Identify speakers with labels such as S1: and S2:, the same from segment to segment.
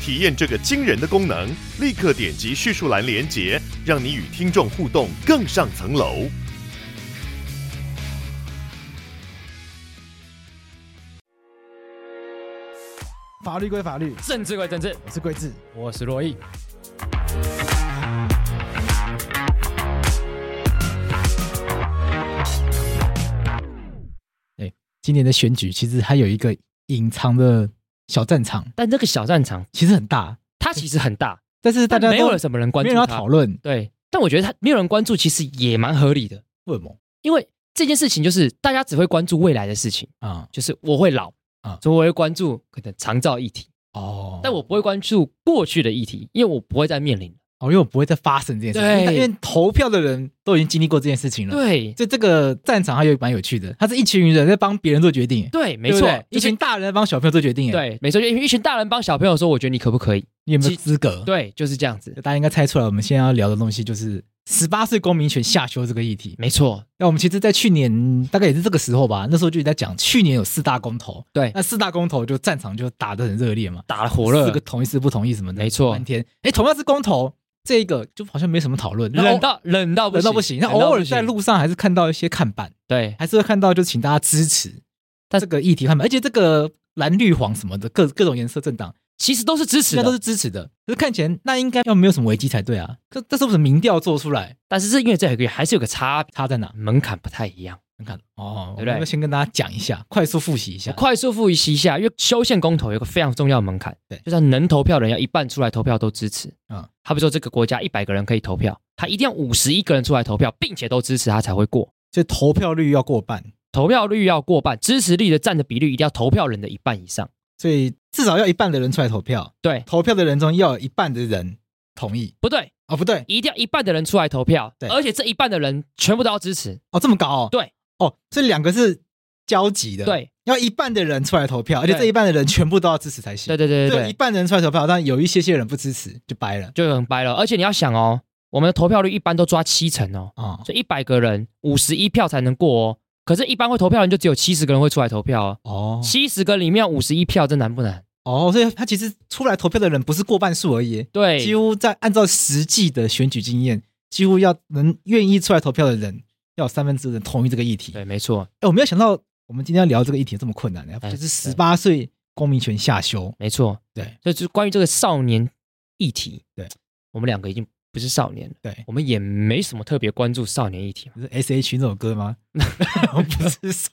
S1: 体验这个惊人的功能，立刻点击叙述栏连接，让你与听众互动更上层楼。
S2: 法律归法律，
S3: 政治归政治，
S2: 我是桂智。
S3: 我是洛毅。
S4: 哎今年的选举其实还有一个隐藏的小战场，
S3: 但这个小战场
S4: 其实很大，
S3: 它其实很大，
S4: 但是大家
S3: 但没有
S4: 人
S3: 了什么人关
S4: 没
S3: 注
S4: 有
S3: 它
S4: 人要讨论
S3: 对，但我觉得它没有人关注，其实也蛮合理的，
S4: 为什么
S3: 因为这件事情就是大家只会关注未来的事情，
S4: 啊？
S3: 就是我会老
S4: 啊
S3: 所以我会关注可能长照议题，
S4: 哦，
S3: 但我不会关注过去的议题，因为我不会再面临。
S4: 哦，因为我不会再发生这件事，
S3: 对
S4: 因为因为投票的人都已经经历过这件事情了。，
S3: 对
S4: 所以这个战场还有蛮有趣的，它是一群人在帮别人做决定，
S3: 对，没
S4: 对
S3: 错
S4: 不对，一
S3: 一
S4: 群
S3: 群
S4: 大人在帮小朋友做决定，，哎
S3: 对，没错，就一群大人帮小朋友说，我觉得你可不可以？
S4: 你有没有
S3: 其
S4: 资格？，
S3: 对，就是这样子，
S4: 大家应该猜出来，我们现在要聊的东西就是十八岁公民权下修这个议题。
S3: 没错，
S4: 那我们其实，在去年大概也是这个时候吧，那时候就在讲，去年有四大公投，
S3: 对
S4: 那四大公投就战场就打得很热烈嘛，
S3: 打了火热
S4: 四个，同意是不同意什么的，
S3: 没错
S4: 半天，哎，同样是公投，这个就好像没什么讨论，那偶
S3: 冷到冷到
S4: 冷到不行，那偶尔在
S3: 路
S4: 路上还是看到一些看板，
S3: 对
S4: 还是会看到，就请大家支持，
S3: 但
S4: 这个议题看板，而且这个蓝绿黄什么的，各各种颜色政党，
S3: 其实都是支
S4: 应
S3: 持
S4: 该都
S3: 的，
S4: 是支持的，可是看起来那应该要没有什么危机才对啊，这这是不是民调做出来
S3: 但是这因为这有一个还是有个差别
S4: 差在哪？
S3: 门槛不太一样。
S4: 你看哦，
S3: 对不对
S4: 我们先跟大家讲一下，快速复习一下
S3: 我。快速复习一下，因为修宪公投有个非常重要的门槛，
S4: 对
S3: 就是能投票的人要一半出来投票都支持。
S4: 嗯
S3: 嗯，好比说这个国家一百个人可以投票，他一定要五十一个人出来投票，并且都支持他才会过。
S4: 就投票率要过半，
S3: 投票率要过半，支持率的占的比率一定要投票人的一半以上。
S4: 所以至少要一半的人出来投票。
S3: 对，
S4: 投票的人中要有一半的人同意。
S3: 不对，
S4: 哦，不对，
S3: 一定要一半的人出来投票，
S4: 对
S3: 而且这一半的人全部都要支持。
S4: 哦，这么高哦。
S3: 对，
S4: 哦，这两个是交集的。，
S3: 对，
S4: 要一半的人出来投票，而且
S3: 对
S4: 这一半的人全部都要支持才行。
S3: 对对对对
S4: 啊一
S3: 对，
S4: 半的人出来投票，但有一些些人不支持，就掰了。
S3: 就很掰了。而且你要想哦，我们的投票率一般都抓七成哦，
S4: 哦
S3: 所以一百个人五十一票才能过哦。可是，一般会投票的人就只有七十个人会出来投票哦。
S4: 哦
S3: 七十个里面五十一票，这难不难？
S4: 哦，所以他其实出来投票的人不是过半数而已，
S3: 对，
S4: 几乎在按照实际的选举经验，几乎要能愿意出来投票的人，要有三分之一的人同意这个议题。
S3: 对，没错，
S4: 哎，我没有想到我们今天要聊这个议题这么困难的，
S3: 哎
S4: 就是十
S3: 对
S4: 八岁公民权下修。
S3: 没错，
S4: 对，
S3: 所以就是关于这个少年议题，
S4: 对
S3: 我们两个已经不是少年了，
S4: 对
S3: 我们也没什么特别关注少年议题嘛。
S4: 不是 S H 那首歌吗？ 不是说，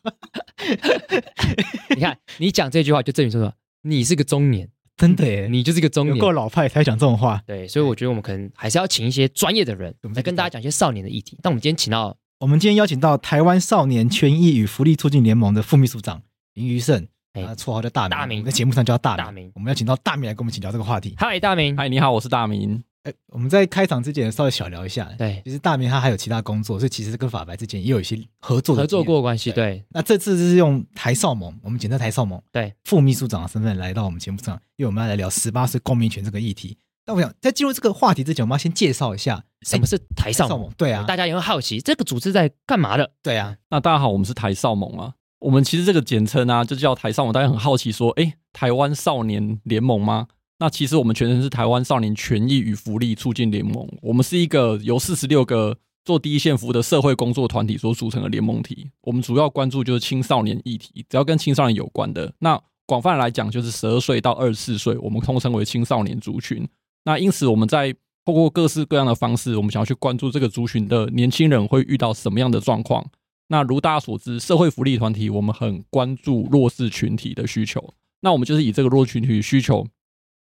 S3: 你 看，你讲这句话就证明说什么？你是个中年，
S4: 真的耶，
S3: 你就是个中
S4: 有够
S3: 年。
S4: 老派才讲这种话。
S3: 对，所以我觉得我们可能还是要请一些专业的人
S4: 我们
S3: 来跟大家讲一些少年的议题。但我们今天请到
S4: 我们今天邀请到台湾少年权益与福利促进联盟的副秘书长林余胜，
S3: 哎
S4: 他绰号叫大明，
S3: 大明
S4: 我们在节目上叫大
S3: 大
S4: 明
S3: 明。
S4: 我们要请到大明来跟我们请聊这个话题。
S3: 嗨大明，
S5: 嗨，你好，我是大明。
S4: 哎，我们在开场之前稍微小聊一下，
S3: 对
S4: 其实大明他还有其他工作，所以其实跟法白之间也有一些合作的
S3: 合作
S4: 经验
S3: 过。关系，对
S4: 那这次是用台少盟，我们简称台少盟，
S3: 对，
S4: 副秘书长的身份来到我们节目上，因为我们要来聊十八岁公民权这个议题。那我想在进入这个话题之前，我们要先介绍一下
S3: 什么是台上
S4: 盟？对啊，
S3: 大家也会好奇这个组织在干嘛的？
S4: 对啊，
S5: 那大家好，我们是台少盟啊。我们其实这个简称啊，就叫台少盟。大家很好奇说，诶，台湾少年联盟吗？那其实我们全称是台湾少年权益与福利促进联盟。我们是一个由四十六个做第一线服务的社会工作团体所组成的联盟体。我们主要关注就是青少年议题，只要跟青少年有关的。那广泛来讲，就是十二岁到二十四岁，我们通称为青少年族群。那因此我们在透过各式各样的方式，我们想要去关注这个族群的年轻人会遇到什么样的状况。那如大家所知，社会福利团体我们很关注弱势群体的需求，那我们就是以这个弱势群体的需求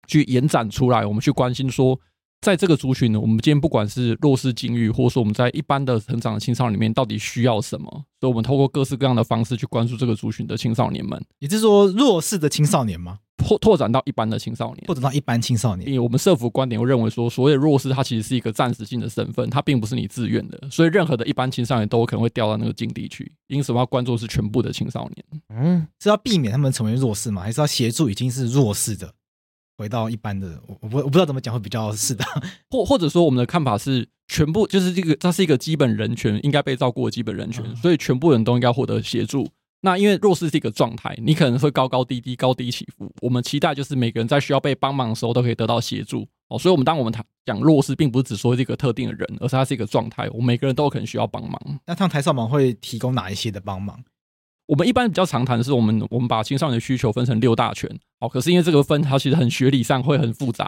S5: 去延展出来，我们去关心说，在这个族群呢，我们今天不管是弱势境遇，或者说我们在一般的成长的青少年里面，到底需要什么？所以，我们透过各式各样的方式去关注这个族群的青少年们。
S4: 也就是说弱势的青少年吗？
S5: 拓拓展到一般的青少年。
S4: 或者让一般青少年
S3: 嗯
S5: 因为我们社福观点会认为说，所谓弱势，它其实是一个暂时性的身份，它并不是你自愿的，所以任何的一般青少年都有可能会掉到那个境地去。因此，我们要关注的是全部的青少年。
S3: 嗯，
S4: 是要避免他们成为弱势吗？还是要协助已经是弱势的回到一般的？我我不我不知道怎么讲会比较适当。
S5: 或或者说，我们的看法是，全部就是这个，它是一个基本人权，应该被照顾的基本人权，所以全部人都应该获得协助。那因为弱势是一个状态，你可能会高高低低、高低起伏。我们期待就是每个人在需要被帮忙的时候都可以得到协助哦。所以，我们当我们谈讲弱势，并不是只说这个特定的人，而是它是一个状态，我们每个人都有可能需要帮忙。
S4: 那他们台少网会提供哪一些的帮忙？
S5: 我们一般比较常谈的是，我们我们把青少年的需求分成六大圈，好，可是因为这个分它其实很学理上会很复杂。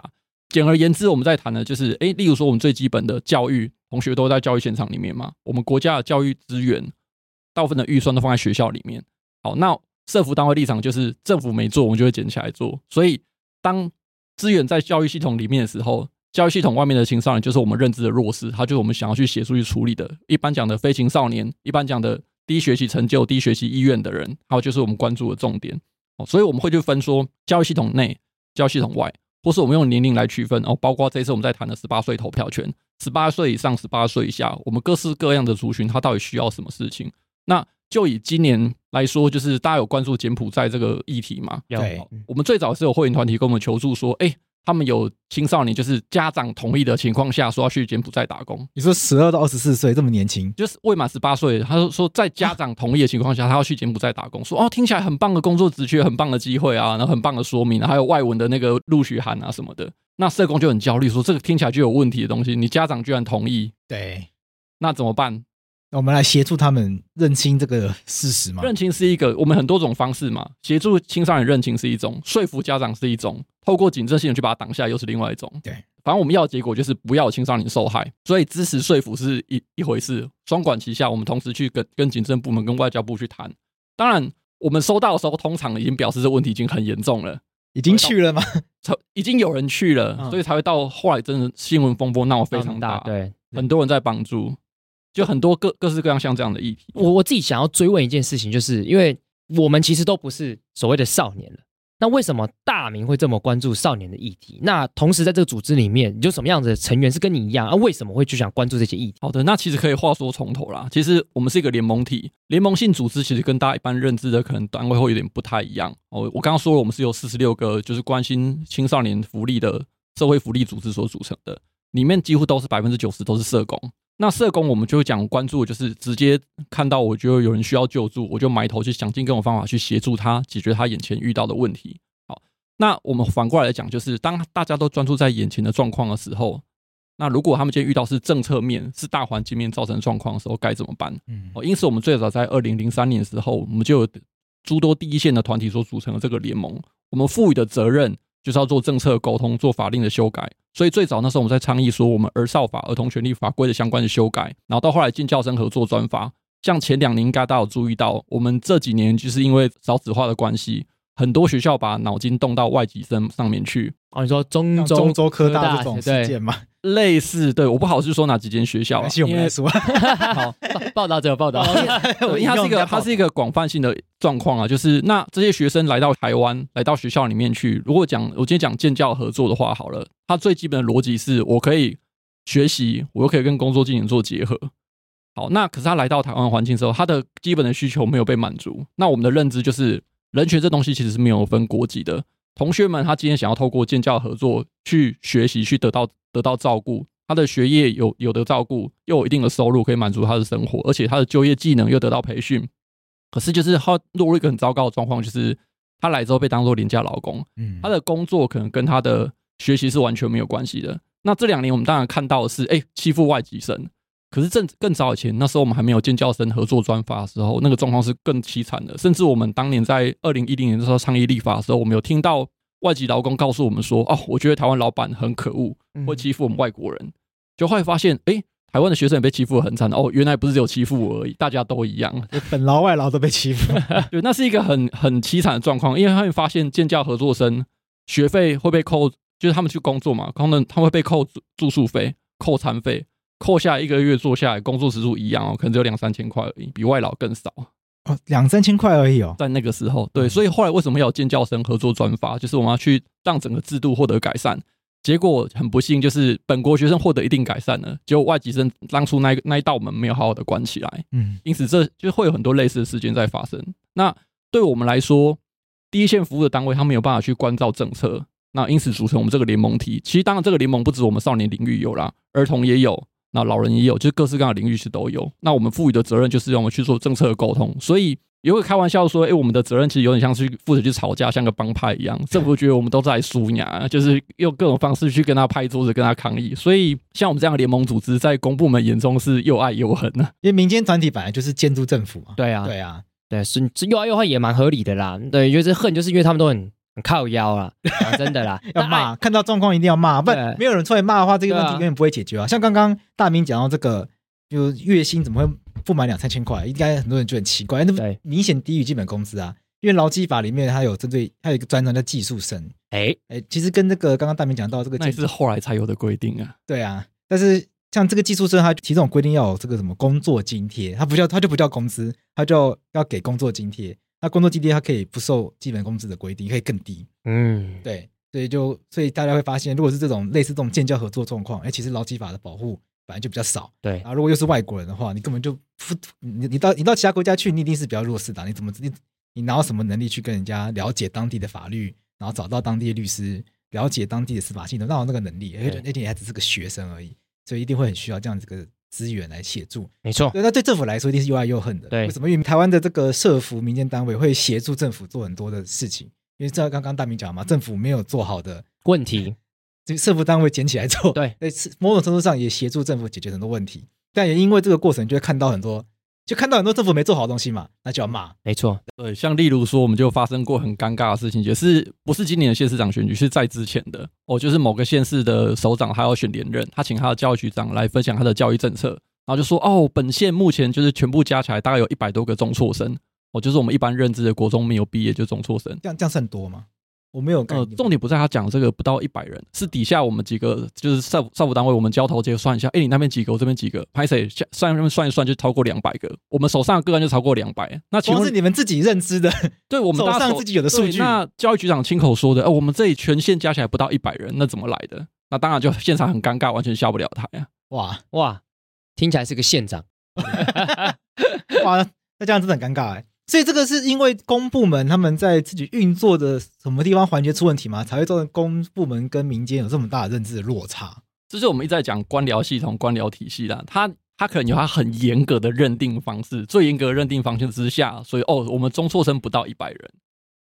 S5: 简而言之，我们在谈的就是，诶，例如说我们最基本的教育，同学都在教育现场里面嘛，我们国家的教育资源大部分的预算都放在学校里面。好，那社服单位立场就是政府没做，我们就会捡起来做。所以当资源在教育系统里面的时候，教育系统外面的青少年就是我们认知的弱势，他就是我们想要去协助去处理的。一般讲的非青少年，一般讲的低学习成就、低学习意愿的人，还有就是我们关注的重点。哦，所以我们会去分说教育系统内、教育系统外，或是我们用年龄来区分。哦，包括这一次我们在谈的十八岁投票权，十八岁以上、十八岁以下，我们各式各样的族群，他到底需要什么事情？那就以今年来说，就是大家有关注柬埔寨这个议题嘛？
S3: 有
S4: 对嗯
S5: 我们最早是有会员团体跟我们求助说，哎、他们有青少年就是家长同意的情况下，说要去柬埔寨打工，
S4: 你说十二到二十四岁这么年轻，
S5: 就是未满十八岁，他说说在家长同意的情况下，他要去柬埔寨打工，说哦，听起来很棒的工作职缺，很棒的机会啊，然后很棒的说明，还有外文的那个录取函啊什么的。那社工就很焦虑，说这个听起来就有问题的东西，你家长居然同意，
S4: 对，
S5: 那怎么办？
S4: 那我们来协助他们认清这个事实嘛？
S5: 认清是一个，我们很多种方式嘛，协助青少年认清是一种，说服家长是一种，透过警政系统去把它挡下来又是另外一种。
S4: 对，
S5: 反正我们要的结果就是不要有青少年受害，所以支持说服是一一回事，双管齐下，我们同时去跟跟警政部门、跟外交部去谈。当然，我们收到的时候，通常已经表示这问题已经很严重了。
S4: 已经去了吗？
S5: 才已经有人去了，
S4: 嗯
S5: 所以才会到后来真的新闻风波闹得非常大，
S3: 大，对。
S5: 很多人在帮助，就很多各各式各样像这样的议题。
S3: 我我自己想要追问一件事情，就是因为我们其实都不是所谓的少年了，那为什么大明会这么关注少年的议题？那同时在这个组织里面，有什么样子的成员是跟你一样啊？为什么会去想关注这些议题？
S5: 好的，那其实可以话说从头啦。其实我们是一个联盟体，联盟性组织其实跟大家一般认知的可能单位会有点不太一样。哦，我刚刚说了，我们是由四十六个就是关心青少年福利的社会福利组织所组成的，里面几乎都是百分之九十都是社工。那社工我们就会讲关注，就是直接看到我觉得有人需要救助，我就埋头去想尽各种方法去协助他解决他眼前遇到的问题。好，那我们反过来讲，就是当大家都专注在眼前的状况的时候，那如果他们今天遇到是政策面、是大环境面造成的状况的时候，该怎么办？
S4: 嗯，
S5: 哦，因此我们最早在二零零三年的时候，我们就有诸多第一线的团体所组成的这个联盟，我们赋予的责任就是要做政策沟通、做法令的修改。所以最早那时候我们在倡议说，我们儿少法、儿童权利法规的相关的修改，然后到后来进教生合作专法。像前两年应该大家有注意到，我们这几年就是因为少子化的关系，很多学校把脑筋动到外籍生上面去，
S3: 哦，你说中
S4: 像
S3: 州
S4: 中州科大这种
S3: 对
S4: 事件嘛，
S5: 类似对，我不好是说哪几间学校啊
S4: 没关，
S5: 啦
S4: 系，我
S5: 因
S4: 们
S5: 为
S4: 来说。
S3: 好报报道者报道，
S4: 哦
S5: 对因为呃它是一个它是一个广泛性的状况啊，就是那这些学生来到台湾，来到学校里面去，如果讲我今天讲建教合作的话，好了，它最基本的逻辑是我可以学习，我又可以跟工作进行做结合。好，那可是他来到台湾环境之后，他的基本的需求没有被满足。那我们的认知就是，人权这东西其实是没有分国籍的。同学们，他今天想要透过建教合作去学习，去得到得到照顾，他的学业有有得照顾，又有一定的收入可以满足他的生活，而且他的就业技能又得到培训。可是就是他落入一个很糟糕的状况，就是他来之后被当做廉价劳工，
S4: 嗯
S5: 他的工作可能跟他的学习是完全没有关系的。那这两年我们当然看到的是，哎、欺负外籍生。可是正更早以前，那时候我们还没有建教生合作专法的时候，那个状况是更凄惨的。甚至我们当年在二零一零年的时候倡议立法的时候，我们有听到外籍劳工告诉我们说：“哦，我觉得台湾老板很可恶，会欺负我们外国人。就后来发现，哎、台湾的学生也被欺负得很惨哦，原来不是只有欺负我而已，大家都一样。
S4: 本劳外劳都被欺负，
S5: 对，那是一个很很凄惨的状况，因为他们发现建教合作生学费会被扣，就是他们去工作嘛，他们他们会被扣住住宿费、扣餐费，扣下一个月做下来，工作时数一样哦，可能只有两三千块而已，比外劳更少。
S4: 哦，两三千块而已哦。
S5: 在那个时候，对，所以后来为什么要有建教生合作专法，就是我们要去让整个制度获得改善。结果很不幸，就是本国学生获得一定改善了，结果外籍生当初那一那一道门没有好好的关起来，
S4: 嗯，
S5: 因此这就会有很多类似的事件在发生。那对我们来说，第一线服务的单位他没有办法去关照政策，那因此组成我们这个联盟体。其实当然，这个联盟不止我们少年领域有啦，儿童也有，那老人也有，就是各式各样的领域是都有。那我们赋予的责任就是让我们去做政策的沟通，所以。也会开玩笑说：“哎、我们的责任其实有点像是负责去吵架，像个帮派一样。政府觉得我们都在输呀，就是用各种方式去跟他拍桌子，跟他抗议。所以，像我们这样的联盟组织，在公部门眼中是又爱又恨啊呢、
S4: 因为民间团体本来就是监督政府嘛。
S3: 对啊，
S4: 对啊，
S3: 对，是是又爱又恨也蛮合理的啦。对，就是恨，就是因为他们都很很靠腰啦，讲真的啦
S4: 。要
S3: 那爱
S4: 骂，看到状况一定要骂，不然
S3: 对
S4: 没有人出来骂的话，这个问题
S3: 对啊
S4: 永远不会解决啊。像刚刚大明讲到这个，就月薪怎么会不满两三千块？应该很多人觉得很奇怪，那不
S3: 对
S4: 明显低于基本工资啊。因为劳基法里面它有针对，它有一个专章叫技术生，
S3: 哎，
S4: 哎，其实跟这个刚刚大明讲到这个
S5: 那也
S4: 建
S5: 是后来才有的规定啊。
S4: 对啊，但是像这个技术生，他提这种规定要有这个什么工作津贴，他不叫他就不叫工资，他就要给工作津贴。那工作津贴它可以不受基本工资的规定，可以更低。
S3: 嗯，
S4: 对，所以就所以大家会发现，如果是这种类似这种建教合作状况，哎，其实劳基法的保护本来就比较少。
S3: 对
S4: 啊，如果又是外国人的话，你根本就不你你到你到其他国家去，你一定是比较弱势的啊、你怎么你你哪有什么能力去跟人家了解当地的法律，然后找到当地的律师，了解当地的司法系统，哪有那个能力？而且
S3: 对
S4: 而且你还只是个学生而已，所以一定会很需要这样子个资源来协助。
S3: 没错，
S4: 对，那对政府来说一定是又爱又恨的。
S3: 对
S4: 为什么？因为台湾的这个社服民间单位会协助政府做很多的事情，因为这刚刚大明讲嘛，政府没有做好的，
S3: 问题
S4: 这个社服单位捡起来做，
S3: 对，
S4: 对，是某种程度上也协助政府解决很多问题，但也因为这个过程，就会看到很多，就看到很多政府没做好的东西嘛，那就要骂。
S3: 没错，
S5: 对，像例如说，我们就发生过很尴尬的事情，也是不是今年的县市长选举，是在之前的哦，就是某个县市的首长他要选连任，他请他的教育局长来分享他的教育政策，然后就说哦，本县目前就是全部加起来大概有一百多个中辍生，哦，就是我们一般认知的国中没有毕业就中辍生。
S4: 这样这样算多吗？我没有概
S5: 呃，
S4: 念。
S5: 重点不在他讲这个不到一百人，是底下我们几个就是少少辅单位，我们交头接耳算一下，哎、你那边几个，我这边几个，拍谁下算他们算一算就超过两百个，我们手上的个案就超过两百。那请
S4: 光
S5: 问
S4: 是你们自己认知的，
S5: 对我们大
S4: 手
S5: 家
S4: 上自己有的数
S5: 对
S4: 据，
S5: 那教育局长亲口说的，哦，我们这里全县加起来不到一百人，那怎么来的？那当然就现场很尴尬，完全下不了台啊。
S4: 哇
S3: 哇，听起来是个县长，
S4: 哇，那这样真的很尴尬哎。所以这个是因为公部门他们在自己运作的什么地方环节出问题吗？才会造成公部门跟民间有这么大的认知的落差？
S5: 这是我们一直在讲官僚系统、官僚体系啦，它它可能有它很严格的认定方式，最严格的认定方式之下，所以哦，我们中辍生不到一百人。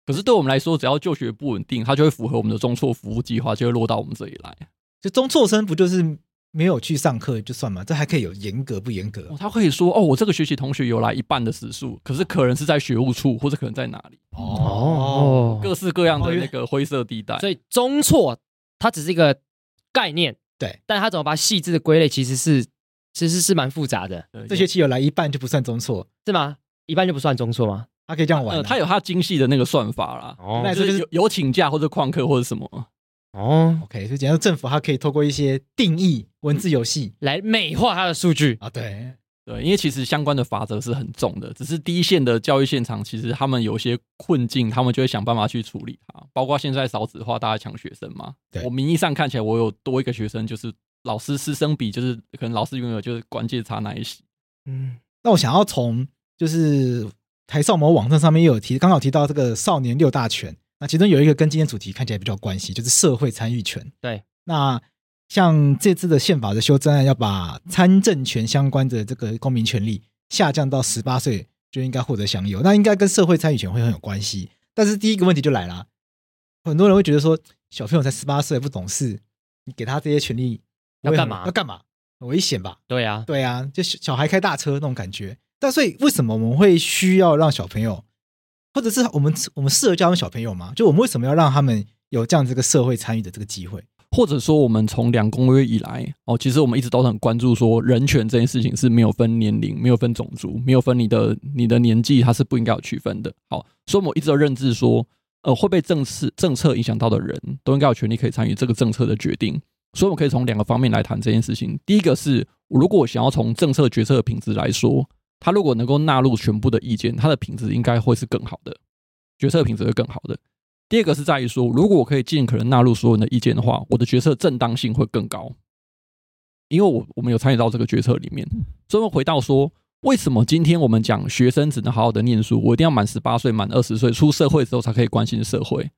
S5: 可是对我们来说，只要就学不稳定，它就会符合我们的中辍服务计划，就会落到我们这里来。
S4: 就中辍生不就是没有去上课就算嘛？这还可以有严格不严格
S5: 哦，？他可以说哦，我这个学期同学有来一半的时数，可是可能是在学务处，或者可能在哪里，
S3: 哦
S5: 各式各样的那个灰色地带。
S3: 所以中错它只是一个概念，
S4: 对，
S3: 但它怎么把它细致的归类，其实是其实是蛮复杂的，
S5: 对
S4: 这学期有来一半就不算中辍，
S3: 是吗？一般就不算中错吗？
S4: 他可以这样玩、啊
S5: 呃，它有它精细的那个算法啦，
S3: 哦
S4: 那
S5: 就
S4: 这就是
S5: 是有有请假或者旷课或者什么，
S3: 哦，
S4: OK，所以简单说政府它可以透过一些定义文字游戏
S3: 来美化它的数据，
S4: 啊，对，
S5: 对，因为其实相关的法则是很重的，只是第一线的教育现场，其实他们有些困境，他们就会想办法去处理它，包括现在少子化，大家抢学生嘛
S4: 对，
S5: 我名义上看起来我有多一个学生，就是老师师生比，就是可能老师拥有就是关键差那一席，
S3: 嗯，
S4: 那我想要从就是台少某网站上面也有提，刚好提到这个少年六大权，那其中有一个跟今天主题看起来比较有关系，就是社会参与权。
S3: 对，
S4: 那像这次的宪法的修正案，要把参政权相关的这个公民权利下降到十八岁就应该获得享有，那应该跟社会参与权会很有关系。但是第一个问题就来了，很多人会觉得说，小朋友才十八岁不懂事，你给他这些权利
S3: 要干
S4: 会
S3: 嘛
S4: 很要干嘛？很危险吧？
S3: 对啊，
S4: 对啊，就小小孩开大车那种感觉。但所以为什么我们会需要让小朋友，或者是我们我们适合教育小朋友吗？就我们为什么要让他们有这样子一个社会参与的这个机会？
S5: 或者说我们从两公约以来，哦，其实我们一直都很关注说人权这件事情是没有分年龄、没有分种族、没有分你的你的年纪，它是不应该有区分的。好，所以我们一直都认知说，呃，会被政策政策影响到的人都应该有权利可以参与这个政策的决定。所以我们可以从两个方面来谈这件事情。第一个是，如果我想要从政策决策的品质来说，它如果能够纳入全部的意见，它的品质应该会是更好的，决策品质会更好的。第二个是在于说，如果我可以尽可能纳入所有人的意见的话，我的决策正当性会更高，因为我我们有参与到这个决策里面。所以我们回到说，为什么今天我们讲学生只能好好的念书，我一定要满十八岁、满二十岁出社会之后才可以关心社会？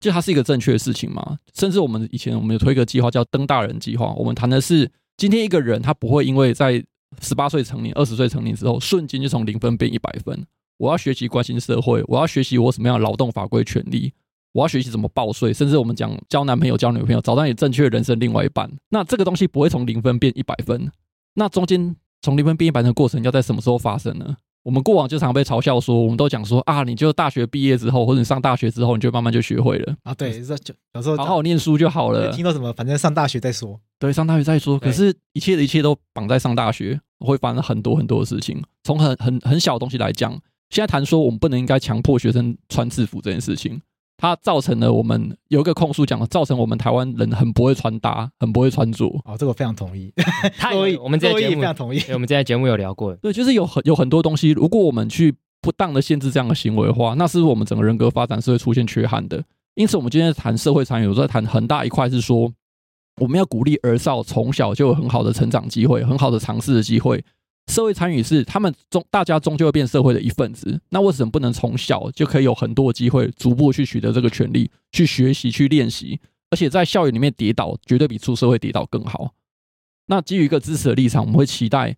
S5: 就它是一个正确的事情嘛？甚至我们以前我们有推一个计划叫“登大人计划”，我们谈的是今天一个人他不会因为在十八岁成年、二十岁成年之后，瞬间就从零分变一百分。我要学习关心社会，我要学习我什么样的劳动法规权利，我要学习怎么报税，甚至我们讲交男朋友、交女朋友，找到你正确的人生另外一半。那这个东西不会从零分变一百分，那中间从零分变一百分的过程要在什么时候发生呢？我们过往就常被嘲笑说，我们都讲说啊，你就大学毕业之后，或者你上大学之后，你就慢慢就学会了，
S4: 啊，对，这就有时候
S5: 嗯好好念书就好了。
S4: 听到什么，反正上大学再说。
S5: 对，上大学再说。
S3: 对
S5: 可是，一切的一切都绑在上大学，会发生很多很多的事情。从很很很小的东西来讲，现在谈说我们不能应该强迫学生穿制服这件事情，它造成了我们有一个控诉讲了，造成我们台湾人很不会穿搭，很不会穿着。
S4: 哦，这个我非常同意。
S3: 太
S4: 洛伊
S3: 我们这
S4: 洛伊
S3: 节
S4: 也
S3: 目
S4: 非，常同意。
S3: 对我们这节节目有聊过，
S5: 对，就是有很有很多东西，如果我们去不当的限制这样的行为的话，那是我们整个人格发展是会出现缺憾的。因此，我们今天谈社会参与，我在谈很大一块是说，我们要鼓励儿少从小就有很好的成长机会，很好的尝试的机会。社会参与是他们终大家终究会变社会的一份子，那为什么不能从小就可以有很多的机会，逐步去取得这个权利，去学习，去练习？而且在校园里面跌倒，绝对比出社会跌倒更好。那基于一个支持的立场，我们会期待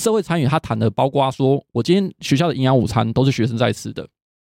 S5: 社会参与，他谈的包括说，我今天学校的营养午餐都是学生在吃的，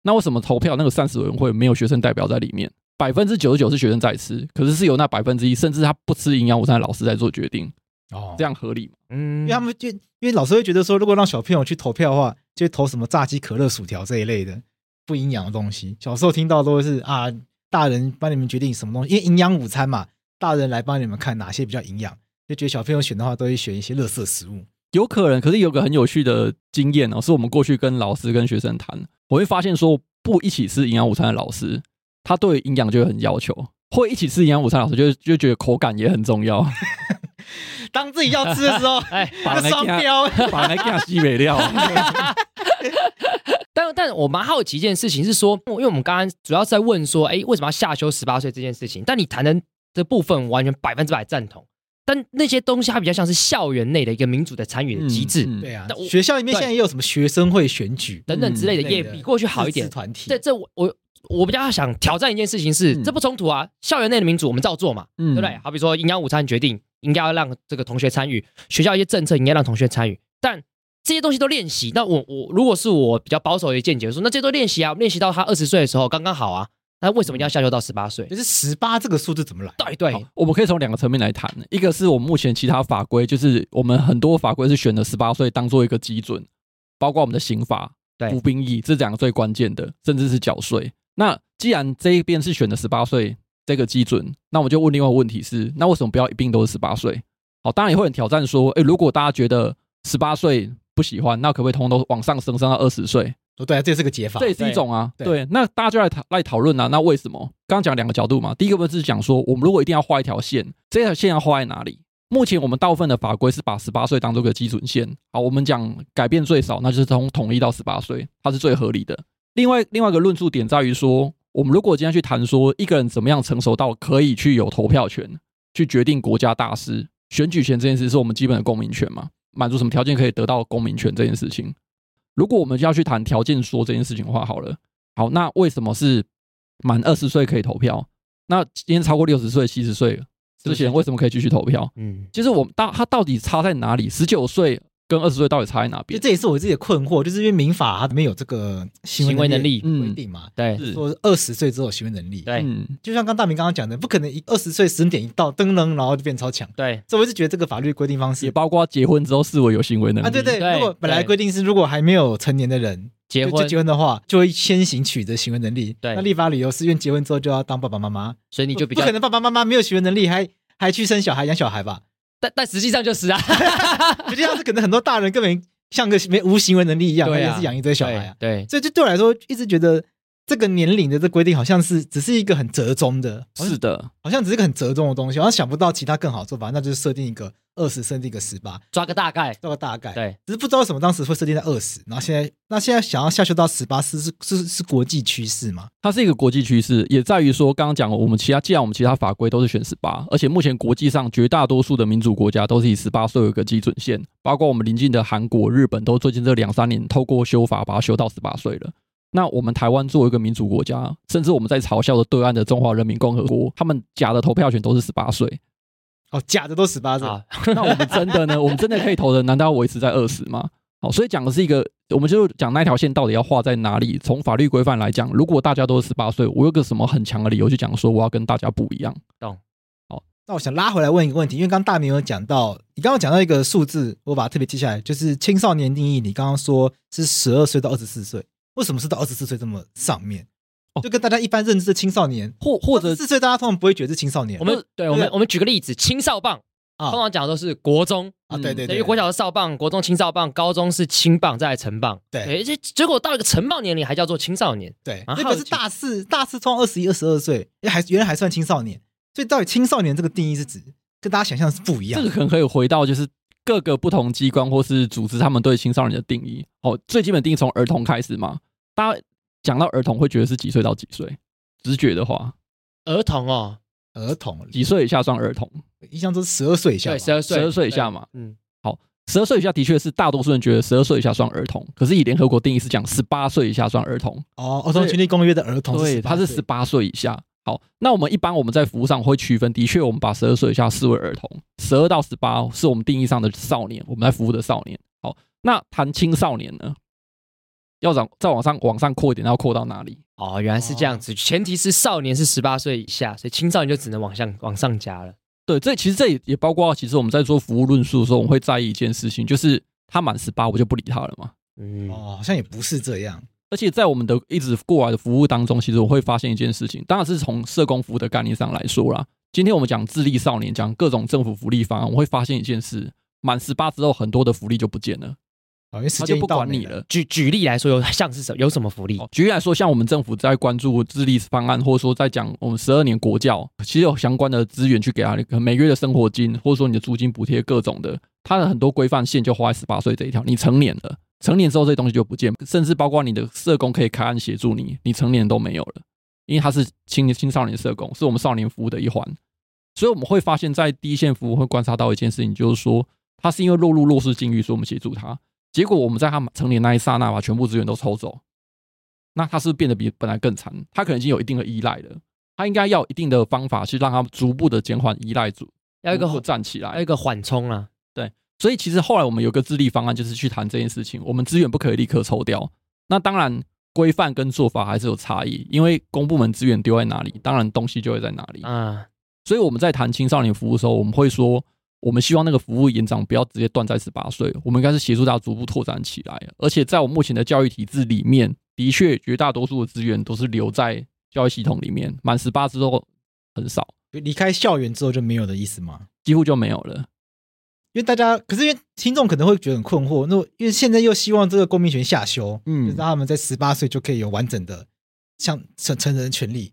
S5: 那为什么投票那个三十委员会没有学生代表在里面？百分之九十九是学生在吃，可是是由那百分之一甚至他不吃营养午餐的老师在做决定，
S4: 哦
S5: 这，样合理吗？
S3: 嗯
S4: 因为他们就因为老师会觉得说，如果让小朋友去投票的话，就会投什么炸鸡、可乐、薯条这一类的不营养的东西。小时候听到都会是啊，大人帮你们决定什么东西，因为营养午餐嘛，大人来帮你们看哪些比较营养，就觉得小朋友选的话都会选一些垃圾食物。
S5: 有可能，可是有个很有趣的经验哦，是我们过去跟老师跟学生谈，我会发现说，不一起吃营养午餐的老师，他对营养就会很要求；会一起吃营养午餐的老师就会就觉得口感也很 重要，
S4: 当自己要吃的时候，
S3: 哎，
S4: 那双标，
S5: 把来给西北 料。
S3: 但但我蛮好奇一件事情是说，因为我们刚刚主要是在问说，哎，为什么要下修十八岁这件事情？但你谈的这部分完全百分之百赞同，但那些东西它比较像是校园内的一个民主的参与的机制、
S5: 嗯
S4: 对啊
S3: 但我，
S4: 学校里面现在也有什么学生会选举，
S3: 等等之类的，
S4: 嗯
S3: 也比过去好一
S4: 自
S3: 点
S4: 治。团体。
S3: 这这我我我比较想挑战一件事情是，
S5: 嗯
S3: 这不冲突啊，校园内的民主我们照做嘛，
S5: 嗯
S3: 对不对？好比说营养午餐决定应该要让这个同学参与，学校一些政策应该让同学参与，但这些东西都练习。那我我如果是我比较保守的见解，说那这些都练习啊，练习到他二十岁的时候刚刚好啊，那为什么一定要下修到十八岁？
S4: 可是十八这个数字怎么来？
S3: 对对
S5: 好，我们可以从两个层面来谈，一个是我们目前其他法规，就是我们很多法规是选了十八岁当做一个基准，包括我们的刑法、
S3: 对
S5: 服兵役这两个最关键的，甚至是缴税。那既然这一边是选的十八岁这个基准，那我就问另外一个问题是，那为什么不要一并都是十八岁？好，当然也会很挑战说，诶，如果大家觉得十八岁不喜欢，那可不可以通通往上升，升到二十岁？
S4: 哦，对啊，这是个解法
S5: 这。也是一
S3: 对
S5: 种啊。
S4: 对
S5: 对，那大家就来讨来讨论啊。那为什么？刚刚讲两个角度嘛。第一个部分是讲说，我们如果一定要画一条线，这条线要画在哪里？目前我们大部分的法规是把十八岁当做个基准线。好，我们讲改变最少，那就是从统一到十八岁，它是最合理的。另外，另外一个论述点在于说，我们如果今天去谈说一个人怎么样成熟到可以去有投票权，去决定国家大事，选举权这件事是我们基本的公民权嘛？满足什么条件可以得到公民权这件事情？如果我们要去谈条件说这件事情的话，好了，好，那为什么是满二十岁可以投票？那今天超过六十岁、七十岁之前，为什么可以继续投票？
S3: 嗯，
S5: 就是我们到它到底差在哪里？十九岁跟二十岁到底差在哪
S4: 就
S5: 边？
S4: 这也是我自己的困惑，就是因为民法它没有这个行
S3: 行为能力
S4: 规定嘛，
S3: 对
S5: 是
S4: 嗯说二十岁之后有行为能力。
S3: 嗯对
S5: 嗯，
S4: 就像刚大明刚刚讲的，不可能一二十岁时间点一到，噔噔，然后就变超强。
S3: 对
S4: 所以我是觉得这个法律规定方
S5: 也
S4: 式
S5: 包括结婚之后视为有行为能力
S4: 啊，对对，
S3: 对
S4: 如果本来规定是如果还没有成年的人
S3: 结
S4: 就就
S3: 婚
S4: 结，婚的话，就会先行取得行为能力。
S3: 对
S4: 那立法理由是因为结婚之后就要当爸爸妈妈，
S3: 所以你就比
S4: 不
S3: 较
S4: 可，能爸爸妈妈没有行为能力还还去生小孩养小孩吧？
S3: 但但实际上就是啊，
S4: 实际上是可能很多大人根本像个没无行为能力一样，他
S3: 对啊
S4: 也是养一堆小孩啊。
S3: 对，
S4: 所以就对我来说，一直觉得这个年龄的这规定好像是只是一个很折中的，好像
S5: 是的，
S4: 好像只是个很折中的东西，好像想不到其他更好的做法，那就是设定一个二十，设定一个十八，
S3: 抓个大概，
S4: 这个大概。
S3: 对，
S4: 只是不知道为什么当时会设定在二十，然后现在那现在想要下修到十八，是是是是国际趋势嘛？
S5: 它是一个国际趋势，也在于说，刚刚讲我们其他，既然我们其他法规都是选十八，而且目前国际上绝大多数的民主国家都是以十八岁为一个基准线，包括我们邻近的韩国、日本，都最近这两三年透过修法把它修到十八岁了。那我们台湾作为一个民主国家，甚至我们在嘲笑的对岸的中华人民共和国，他们假的投票权都是十八岁，
S4: 哦，假的都十八岁，
S3: 啊，
S5: 那我们真的呢？我们真的可以投的，难道要维持在二十吗？好，所以讲的是一个，我们就讲那条线到底要画在哪里。从法律规范来讲，如果大家都是十八岁，我有个什么很强的理由去讲说我要跟大家不一样？
S4: 那我想拉回来问一个问题，因为刚刚大明有讲到，你刚刚讲到一个数字，我把它特别记下来，就是青少年定义，你刚刚说是十二岁到二十四岁，为什么是到二十四岁这么上面？
S5: 哦
S4: 就跟大家一般认知的青少年，
S5: 或 或者
S4: 四岁大家通常不会觉得是青少年，
S3: 我们对我们
S4: 对
S3: 我们举个例子，青少棒
S4: 啊
S3: 通常讲的都是国中。
S4: 啊，对对
S3: 对，
S4: 对，
S3: 因为国小是少棒，国中青少棒，高中是青棒，再来成棒。
S4: 对
S3: 这结果到了一个成棒年龄还叫做青少年。
S4: 对，
S3: 蛮
S4: 那
S3: 好
S4: 个是
S3: 奇
S4: 大四，大四通常二十一、二十二岁，哎还原来还算青少年，所以到底青少年这个定义是指跟大家想象是不一样
S5: 这
S4: 的
S5: 个可能可以回到就是各个不同机关或是组织他们对青少年的定义。哦，最基本定义从儿童开始嘛。大家讲到儿童会觉得是几岁到几岁？直觉的话，
S3: 儿童哦，
S4: 儿童，
S5: 几岁以下算儿童？
S4: 印象中十二岁以下吧
S3: 对，，十二岁，
S5: 十二岁以下
S3: 嘛。
S5: 嘛？
S3: 嗯，
S5: 十二岁以下的确是大多数人觉得十二岁以下算儿童，可是以联合国定义是讲十八岁以下算儿童，
S4: 哦，儿童权利公约的儿童，
S5: 对，他是十，八岁以下。好，那我们一般我们在服务上会区分，的确我们把十二岁以下视为儿童，十二到十八是我们定义上的少年，我们在服务的少年。好，那谈青少年呢，要往再往上往上扩一点，要扩到哪里？
S3: 哦，原来是这样子。前提是少年是十八岁以下，所以青少年就只能往上往上加了。
S5: 对，这其实这也也包括，其实我们在做服务论述的时候，我们会在意一件事情，就是他满十八我就不理他了嘛。
S3: 嗯，
S4: 哦，好像也不是这样，
S5: 而且在我们的一直过来的服务当中，其实我会发现一件事情，当然是从社工服务的概念上来说啦。今天我们讲智力少年，讲各种政府福利方案，我会发现一件事：满十八之后，很多的福利就不见了，
S4: 哦因为时
S5: 他
S4: 间
S5: 就
S4: 一
S5: 不
S4: 到
S5: 管
S4: 没
S5: 你
S4: 了。
S5: 了。
S3: 举举例来说，有像是什有什么福利？
S5: 哦举例来说，像我们政府在关注智力方案，或者说在讲我们十二年国教，其实有相关的资源去给他可能每个月的生活金，或者说你的租金补贴各种的，它的很多规范线就花在十八岁这一条。你成年了，成年之后这些东西就不见，甚至包括你的社工可以开案协助你，你成年都没有了，因为他是青年青少年社工，是我们少年服务的一环。所以我们会发现，在第一线服务会观察到一件事情，就是说他是因为落入弱势境遇，所以我们协助他。结果我们在他成年那一刹那，把全部资源都抽走，那他是不是变得比本来更惨，他可能已经有一定的依赖了，他应该要有一定的方法去让他逐步的减缓依赖组，
S3: 要一个
S5: 逐步站起来，
S3: 要一个缓冲啊。
S5: 所以其实后来我们有个自立方案，就是去谈这件事情，我们资源不可以立刻抽掉。那当然，规范跟做法还是有差异，因为公部门资源丢在哪里，当然东西就会在哪里。
S3: 啊，
S5: 所以我们在谈青少年服务的时候，我们会说，我们希望那个服务延长不要直接断在十八岁，我们应该是协助大家逐步拓展起来。而且在我目前的教育体制里面，的确绝大多数的资源都是留在教育系统里面，满十八之后很少，
S4: 就离开校园之后就没有的意思吗？
S5: 几乎就没有了。
S4: 因为大家，可是因为听众可能会觉得很困惑，那因为现在又希望这个公民权下修，
S5: 嗯
S4: 就是让他们在十八岁就可以有完整的像成成人权利。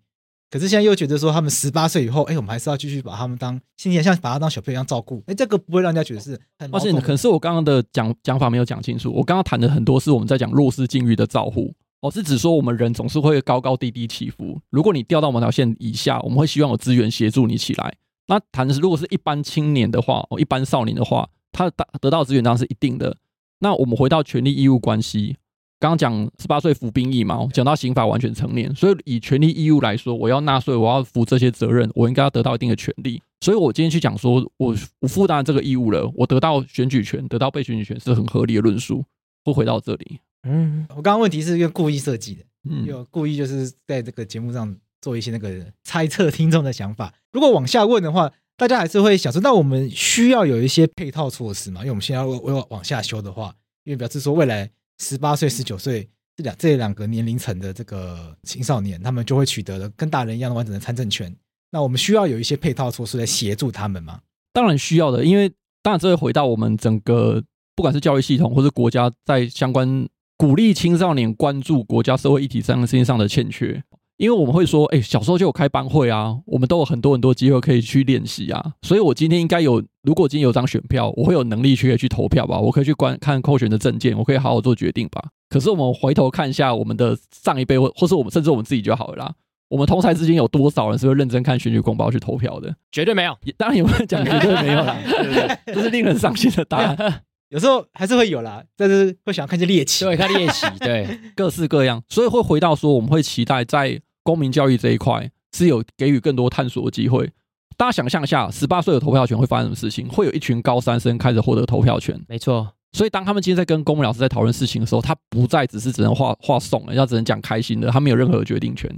S4: 可是现在又觉得说，他们十八岁以后，哎，我们还是要继续把他们当，现在像把他当小朋友一样照顾，哎，这个不会让人家觉得是很
S5: 抱
S4: 矛
S5: 歉，
S4: 盾的。
S5: 可能是我刚刚的讲讲法没有讲清楚。我刚刚谈的很多是我们在讲弱势境遇的照护，哦，是指说我们人总是会高高低低起伏。如果你掉到某条线以下，我们会希望有资源协助你起来。那谈的是，如果是一般青年的话，哦，一般少年的话，他得得到的资源当然是一定的。那我们回到权利义务关系，刚刚讲十八岁服兵役嘛，我哦讲到刑法完全成年，所以以权利义务来说，我要纳税，我要负这些责任，我应该要得到一定的权利。所以我今天去讲说，我我负担了这个义务了，我得到选举权，得到被选举权是很合理的论述。会回到这里，
S3: 嗯，
S4: 我刚刚问题是因为故意设计的，
S5: 嗯，
S4: 有故意就是在这个节目上做一些那个猜测听众的想法。如果往下问的话，大家还是会想说，那我们需要有一些配套措施嘛？因为我们现在要往往下修的话，因为表示说未来十八岁、十九岁这两这两个年龄层的这个青少年，他们就会取得了跟大人一样的完整的参政权。那我们需要有一些配套措施来协助他们吗？
S5: 当然需要的，因为当然这会回到我们整个不管是教育系统或是国家在相关鼓励青少年关注国家社会议题这样事情上的欠缺。因为我们会说，哎、小时候就有开班会啊，我们都有很多很多机会可以去练习啊，所以我今天应该有，如果今天有张选票，我会有能力去可以去投票吧，我可以去观看候选的证件，我可以好好做决定吧。可是我们回头看一下我们的上一辈，或或是我们甚至我们自己就好了啦。我们同台之间有多少人是会认真看选举公报去投票的？
S3: 绝对没有。
S5: 也当然也不能讲绝对没有啦， 对不对？这是令人伤心的答
S4: 啊
S5: 案。
S4: 有时候还是会有啦，但是会想看见猎奇。
S3: 对，看 练习，对，
S5: 各式各样，所以会回到说，我们会期待在公民教育这一块是有给予更多探索的机会。大家想象一下，十八岁有投票权会发生什么事情？会有一群高三生开始获得投票权，
S3: 没错，
S5: 所以当他们今天在跟公民老师在讨论事情的时候，他不再只是只能画画送了，要只能讲开心的，他没有任何决定权。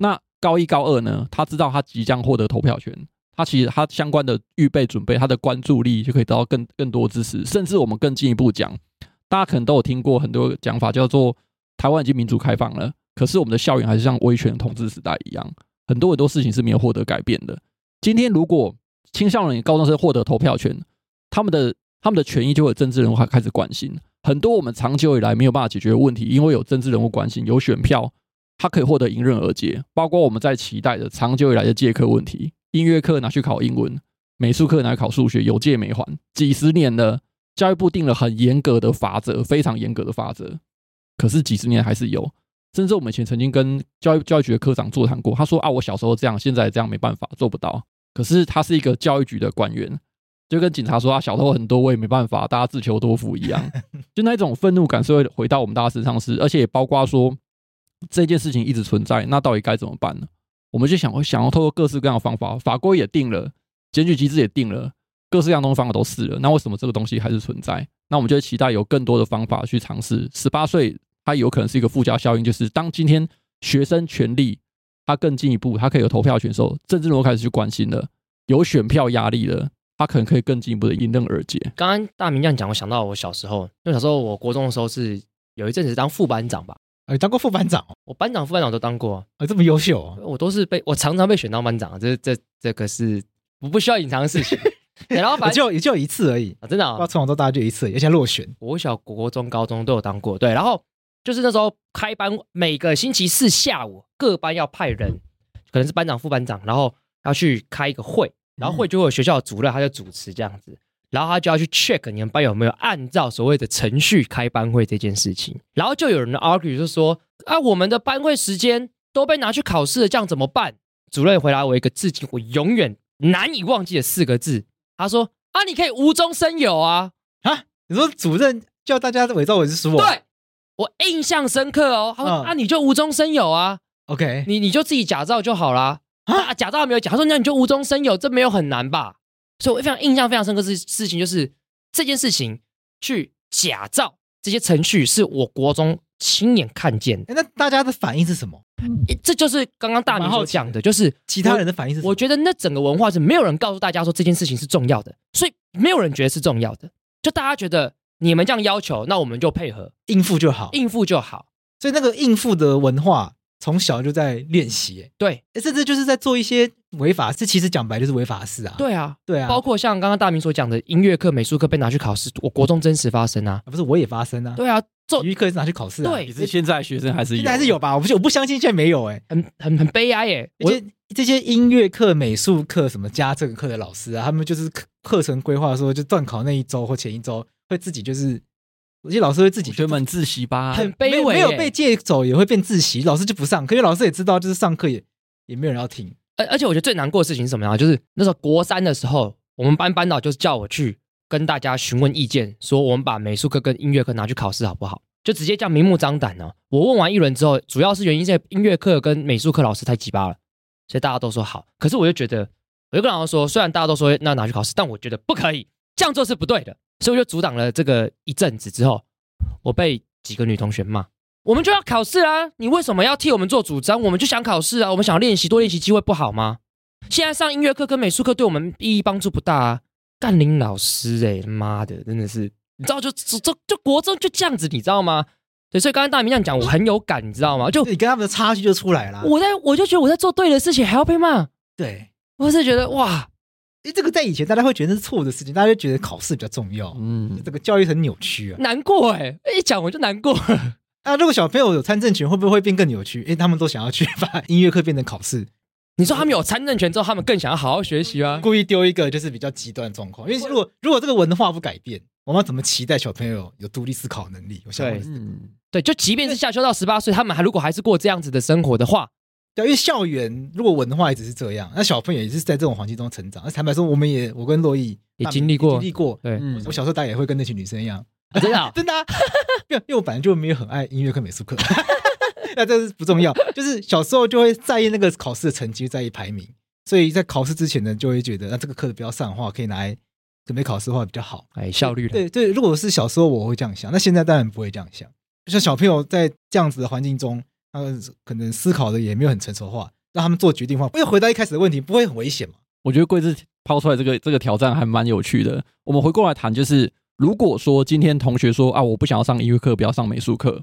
S5: 那高一高二呢？他知道他即将获得投票权，他其实他相关的预备准备，他的关注力就可以得到更更多支持。甚至我们更进一步讲，大家可能都有听过很多讲法，叫做台湾已经民主开放了，可是我们的校园还是像威权统治时代一样，很多很多事情是没有获得改变的。今天如果青少年、高中生获得投票权，他们的他们的权益就会有政治人物开开始关心。很多我们长久以来没有办法解决的问题，因为有政治人物关心，有选票，他可以获得迎刃而解。包括我们在期待的长久以来的借课问题，音乐课拿去考英文，美术课拿去考数学，有借没还，几十年了。教育部定了很严格的法则，非常严格的法则，可是几十年还是有。甚至我们以前曾经跟教育教育局的科长座谈过，他说啊，我小时候这样，现在这样没办法做不到。可是他是一个教育局的官员，就跟警察说啊，小时候很多我也没办法，大家自求多福一样。就那一种愤怒感是会回到我们大家身上是，而且也包括说这件事情一直存在，那到底该怎么办呢？我们就想想要透过各式各样的方法，法规也定了，检举机制也定了，各式各样的东西方法都试了，那为什么这个东西还是存在？那我们就会期待有更多的方法去尝试。十八岁它有可能是一个附加效应，就是当今天学生权利它更进一步，它可以有投票权的时候，政治人物开始去关心了，有选票压力了，它可能可以更进一步的迎刃而解。
S3: 刚刚大明这样讲，我想到我小时候，因为小时候我国中的时候是有一阵子当副班长吧，
S4: 呃，当过副班长哦，
S3: 我班长、副班长都当过啊，
S4: 呃，这么优秀哦，
S3: 我都是被我常常被选当班长啊，这这这个是我不需要隐藏的事情。对然后
S4: 也
S3: 反正
S4: 就也就一次而已。
S3: 啊，真
S4: 不
S3: 的、
S4: 知道
S3: 啊，
S4: 从小到大就一次而已，而且落选。
S3: 我小、国中、高中都有当过。对，然后就是那时候开班，每个星期四下午各班要派人，可能是班长、副班长，然后要去开一个会，然后会就会有学校的主任他就主持这样子，然后他就要去 check 你们班有没有按照所谓的程序开班会这件事情，然后就有人 argue 就说啊，我们的班会时间都被拿去考试了，这样怎么办？主任回答我一个至今我永远难以忘记的四个字，他说啊，你可以无中生有啊，
S4: 你说主任叫大家伪造文书哦？
S3: 对我印象深刻哦。他说、
S4: 嗯
S3: 啊，你就无中生有啊，
S4: ，OK，
S3: 你你就自己假造就好啦。啊，假造还没有假，他说那你就无中生有，这没有很难吧？所以我非常印象非常深刻的事事情就是这件事情去假造这些程序，是我国中亲眼看见的。
S4: 哎，那大家的反应是什么？
S3: 诶这就是刚刚大明
S4: 蛮好
S3: 所
S4: 奇
S3: 讲的，就是
S4: 其他
S3: 我
S4: 人的反应是什么？
S3: 我觉得那整个文化是没有人告诉大家说这件事情是重要的，所以没有人觉得是重要的，就大家觉得你们这样要求，那我们就配合
S4: 应付就好，
S3: 应付就好。
S4: 所以那个应付的文化从小就在练习，哎
S3: 对
S4: 诶甚至就是在做一些违法事，其实讲白就是违法事啊。
S3: 对啊，
S4: 对啊，
S3: 包括像刚刚大明所讲的音乐课、美术课被拿去考试，我国中真实发生啊。
S4: 啊不是我也发生啊，
S3: 对啊，这
S4: 体育课也是拿去考试啊，
S3: 对
S5: 可是现在学生还是有，啊
S4: 现在还是有吧？我不信我不相信现在没有哎、
S3: 很很很悲哀耶。
S4: 而
S3: 我
S4: 且这些音乐课、美术课、什么家政课的老师啊，他们就是课课程规划说，就断考那一周或前一周会自己就是，有些老师会自己
S5: 同学们自习吧，
S3: 很
S4: 没
S3: 卑
S4: 有
S3: 微
S4: 没
S3: 耶，
S4: 有被借走也会变自习，老师就不上课，因为老师也知道就是上课也也没有人要听，
S3: 而而且我觉得最难过的事情是什么呀？就是那时候国三的时候，我们班班导就是叫我去跟大家询问意见，说我们把美术课跟音乐课拿去考试好不好？就直接这样明目张胆呢、啊我问完一轮之后，主要是原因是音乐课跟美术课老师太鸡巴了，所以大家都说好。可是我就觉得，我就跟老师说，虽然大家都说那拿去考试，但我觉得不可以，这样做是不对的。所以我就阻挡了这个一阵子之后，我被几个女同学骂。我们就要考试啊！你为什么要替我们做主张？我们就想考试啊，我们想练习，多练习机会不好吗？现在上音乐课跟美术课对我们意义帮助不大啊。干林老师、欸，哎，妈的，真的是，你知道就就就就国中就这样子，你知道吗？对，所以刚刚大明这样讲，我很有感，你知道吗？就
S4: 你跟他们的差距就出来了。
S3: 我在我就觉得我在做对的事情，还要被骂，
S4: 对，
S3: 我是觉得哇，
S4: 因为这个在以前大家会觉得是错误的事情，大家就觉得考试比较重要，
S5: 嗯，
S4: 整个教育很扭曲啊。
S3: 难过哎、一讲我就难过 了。
S4: 那、如果小朋友有参政权，会不会变更扭曲？因为他们都想要去 把音乐课变成考试，
S3: 你说他们有参政权之后，他们更想要好好学习啊。
S4: 故意丢一个就是比较极端的状况。因为如果如果这个文化不改变，我们要怎么期待小朋友有独立思考能力？我想问
S3: 对
S4: 的是
S5: 嗯，
S3: 对，就即便是下修到十八岁，他们还如果还是过这样子的生活的话，
S4: 对，啊因为校园如果文化一直是这样，那小朋友也是在这种环境中成长。那坦白说，我们也我跟洛毅
S3: 也
S4: 大明
S3: 经历过
S4: 经历过。
S3: 对，
S5: 嗯
S4: 我小时候大概也会跟那群女生一样，
S3: 啊真的啊
S4: 真的、啊，因为因为我本来就没有很爱音乐课、美术课， 那这是不重要。就是小时候就会在意那个考试的成绩，在意排名，所以在考试之前呢，就会觉得那这个课不要上的话，可以拿来准备考试的话比较好。
S3: 哎，效率了。
S4: 对对，如果是小时候我会这样想，那现在当然不会这样想。就像小朋友在这样子的环境中，他们可能思考的也没有很成熟化，让他们做决定的话，因为回到一开始的问题，不会很危险嘛？
S5: 我觉得贵志抛出来这个这个挑战还蛮有趣的。我们回过来谈，就是如果说今天同学说啊，我不想要上音乐课，不要上美术课，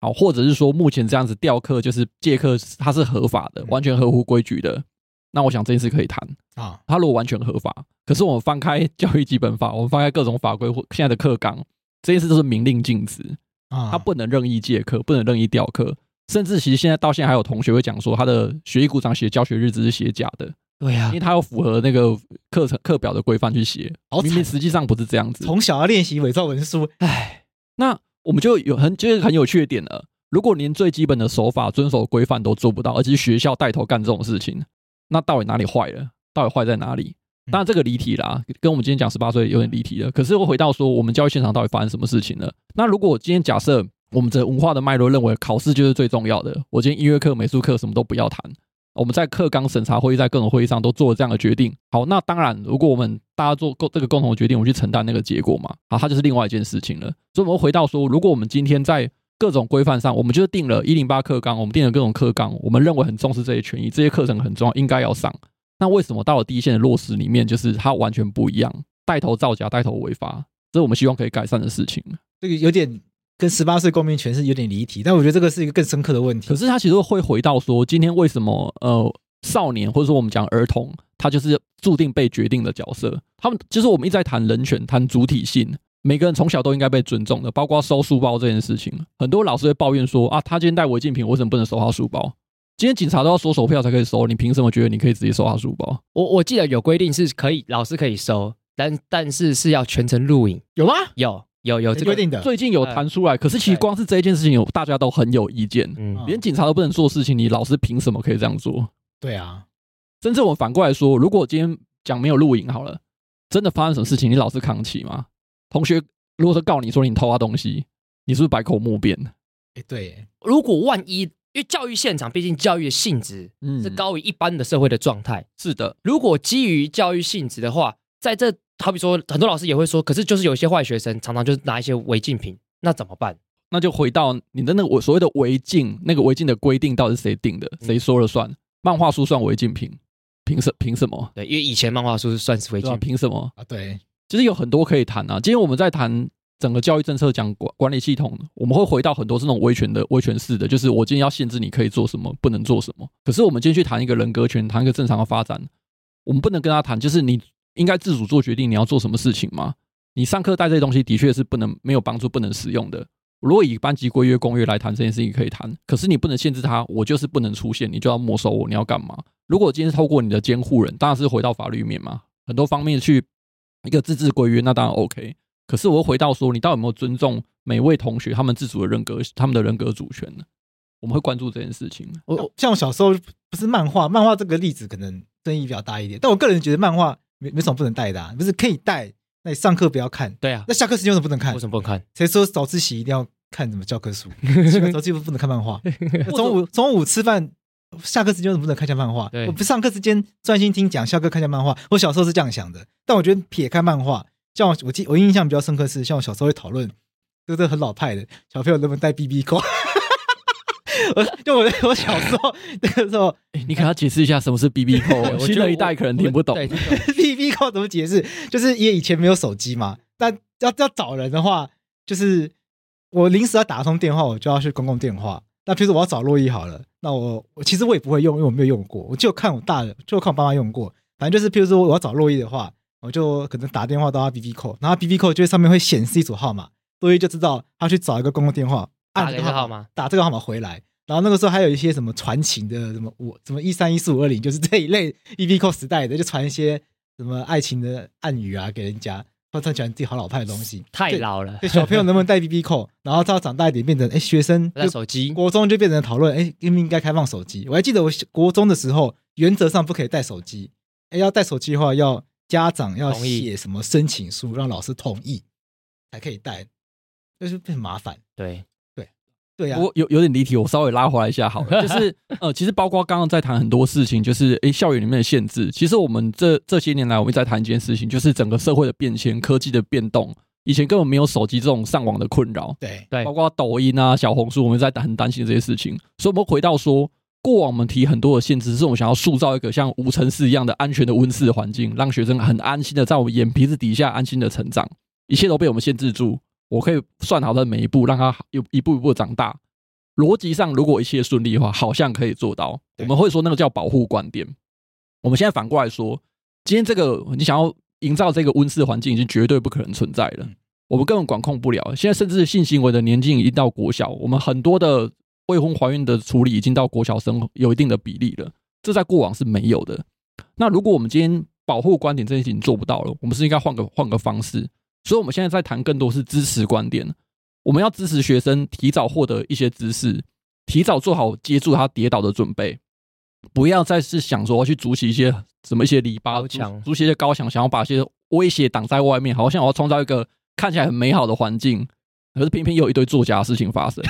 S5: 好，或者是说目前这样子调课，就是借课，它是合法的，完全合乎规矩的。那我想这件事可以谈，
S4: 啊，
S5: 它如果完全合法，可是我们翻开 教育基本法，我们翻开各种法规或现在的课纲，这件事都是明令禁止，
S4: 啊，
S5: 他不能任意借课，不能任意调课，甚至其实现在到现在还有同学会讲说，他的学艺股长写教学日志是写假的，
S3: 对呀
S5: 因为他要符合那个课程课表的规范去写，
S4: 好惨
S5: 明明实际上不是这样子。
S4: 从小要练习伪造文书，
S5: 唉，那我们就有很就是很有趣的点了。如果连最基本的手法、遵守规范都做不到，而且是学校带头干这种事情，那到底哪里坏了？到底坏在哪里？当然这个离题啦，跟我们今天讲十八岁有点离题了。可是我回到说，我们教育现场到底发生什么事情了？那如果今天假设我们的文化的脉络认为考试就是最重要的，我今天音乐课、美术课什么都不要谈，我们在课纲审查会议、在各种会议上都做了这样的决定。好，那当然，如果我们大家做共这个共同的决定，我们去承担那个结果嘛，好，它就是另外一件事情了。所以我们回到说，如果我们今天在各种规范上，我们就是定了一零八课纲，我们定了各种课纲，我们认为很重视这些权益，这些课程很重要，应该要上。那为什么到了第一线的落实里面，就是它完全不一样，带头造假，带头违法，这是我们希望可以改善的事情。
S4: 这个有点跟十八岁公民权是有点离题，但我觉得这个是一个更深刻的问题
S5: 可。是它其实会回到说，今天为什么呃少年或者说我们讲儿童，他就是注定被决定的角色。他们就是我们一直在谈人权，谈主体性，每个人从小都应该被尊重的，包括收书包这件事情。很多老师会抱怨说啊，他今天带违禁品，我为什么不能收他书包？今天警察都要收手票才可以收，你凭什么觉得你可以直接收他书包？
S3: 我我记得有规定是可以，老师可以收，但但是是要全程录影。
S4: 有吗？
S3: 有有有这
S4: 规
S3: 个，
S4: 定的，
S5: 最近有谈出来，可是其实光是这一件事情，有大家都很有意见，
S3: 嗯，
S5: 连警察都不能做事情，你老师凭什么可以这样做？
S4: 对啊，
S5: 甚至我们反过来说，如果今天讲没有录影好了，真的发生什么事情，你老是扛起吗？同学如果说告你说你偷他东西，你是不是百口莫辩？
S4: 哎对，
S3: 如果万一，因为教育现场毕竟教育的性质
S5: 嗯
S3: 是高于一般的社会的状态，
S5: 是的，
S3: 如果基于教育性质的话，在这好比说，很多老师也会说，可是就是有一些坏学生常常就是拿一些违禁品，那怎么办？
S5: 那就回到你的那个我所谓的违禁，那个违禁的规定到底是谁定的？谁说了算？漫画书算违禁品，凭什凭什么？
S3: 对，因为以前漫画书是算是违
S5: 对
S3: 禁
S5: 吧？
S3: 品，
S5: 凭什么？
S4: 啊对，
S5: 其实有很多可以谈啊。今天我们在谈整个教育政策，讲管管理系统，我们会回到很多这种威权的威权式的，就是我今天要限制你可以做什么，不能做什么。可是我们今天去谈一个人格权，谈一个正常的发展，我们不能跟他谈，就是你应该自主做决定，你要做什么事情吗？你上课带这些东西的确是不能没有帮助，不能使用的。如果以班级规约、公约来谈这件事情，可以谈，可是你不能限制他，我就是不能出现，你就要没收我，你要干嘛？如果今天是透过你的监护人，当然是回到法律面嘛，很多方面去一个自治规约，那当然 OK。可是我又回到说，你到底有没有尊重每位同学他们自主的人格、他们的人格主权呢？我们会关注这件事情。
S3: 我
S4: 像像
S3: 我
S4: 我小时候不是漫画，漫画这个例子可能争议比较大一点，但我个人觉得漫画没没什么不能带的、啊，不是可以带，那你上课不要看，
S3: 对啊
S4: 那，下课时间为什么不能看
S3: 为？什么不能看？
S4: 谁说早自习一定要看什么教科 书？奇怪早自习不能看漫画，那中午中午吃饭。下课时间为什么不能看下漫画？
S3: 对
S4: 我不上课时间专心听讲，下课看下漫画。我小时候是这样想的，但我觉得撇开漫画，像我我记我印象比较深刻是，像我小时候会讨论，这个很老派的，小朋友能不能带 BB 扣？ 我就我我小时候那个时候
S5: 诶哎你给他解释一下什么是 BB
S3: 对
S5: 扣，欸
S3: 我
S5: 新
S3: 觉得
S5: 的一
S3: 我
S5: 代可能听不懂。
S3: 对，
S4: BB 扣怎么解释？就是因为以前没有手机嘛，但要要找人的话，就是我临时要打通电话，我就要去公共电话。那譬如说我要找洛伊好了，那我我其实我也不会用，因为我没有用过，我就看我大人，就看我爸妈用过。反正就是，譬如说我要找洛伊的话，我就可能打电话到他 B B 扣，然后 B B 扣就会上面会显示一组号码，洛伊就知道他去找一个公共电话，
S3: 打
S4: 按
S3: 给
S4: 这
S3: 他
S4: 个
S3: 号
S4: 号
S3: 码，
S4: 打这个号码回来。然后那个时候还有一些什么传情的，什么我什么一三一四五二零，就是这一类 B B 扣时代的，就传一些什么爱情的暗语啊给人家，或者他喜欢自己好老派的东西。
S3: 太
S4: 对
S3: 老了
S4: 对，小朋友能不能带 B B 扣？然后到长大一点变成哎学生
S3: 带
S4: 就
S3: 手机，
S4: 国中就变成讨论，哎，应不应该开放手机？我还记得我国中的时候，原则上不可以带手机，哎，要带手机的话，要家长要
S3: 同意
S4: 写什么申请书，让老师同意才可以带，就是很麻烦。
S3: 对，
S4: 对啊呀、
S5: 我有有点离题，我稍微拉回来一下好 了。就是呃，其实包括刚刚在谈很多事情，就是诶、校园里面的限制。其实我们这这些年来，我们一直在谈一件事情，就是整个社会的变迁、科技的变动。以前根本没有手机这种上网的困扰，
S4: 对
S3: 对
S5: 包括抖音啊、小红书，我们在很担心这些事情。所以，我们回到说，过往我们提很多的限制，是我们想要塑造一个像无尘室一样的安全的温室环境，让学生很安心的在我们眼皮子底下安心的成长，一切都被我们限制住。我可以算好他的每一步，让他有一步一步地长大。逻辑上，如果一切顺利的话，好像可以做到。我
S4: 对
S5: 们会说那个叫保护观点。我们现在反过来说，今天这个你想要营造这个温室环境，已经绝对不可能存在了。我们根本管控不了。现在甚至性行为的年纪已经到国小，我们很多的未婚怀孕的处理已经到国小生有一定的比例了，这在过往是没有的。那如果我们今天保护观点这件事情做不到了，我们是应该换个换个方式。所以我们现在在谈更多是支持观点，我们要支持学生提早获得一些知识，提早做好接住他跌倒的准备。不要再是想说要去筑起一些什么一些篱笆
S3: 高，墙
S5: 筑筑起一些高墙，想要把一些威胁挡在外面，好像我要创造一个看起来很美好的环境，可是偏偏又有一堆作假的事情发生。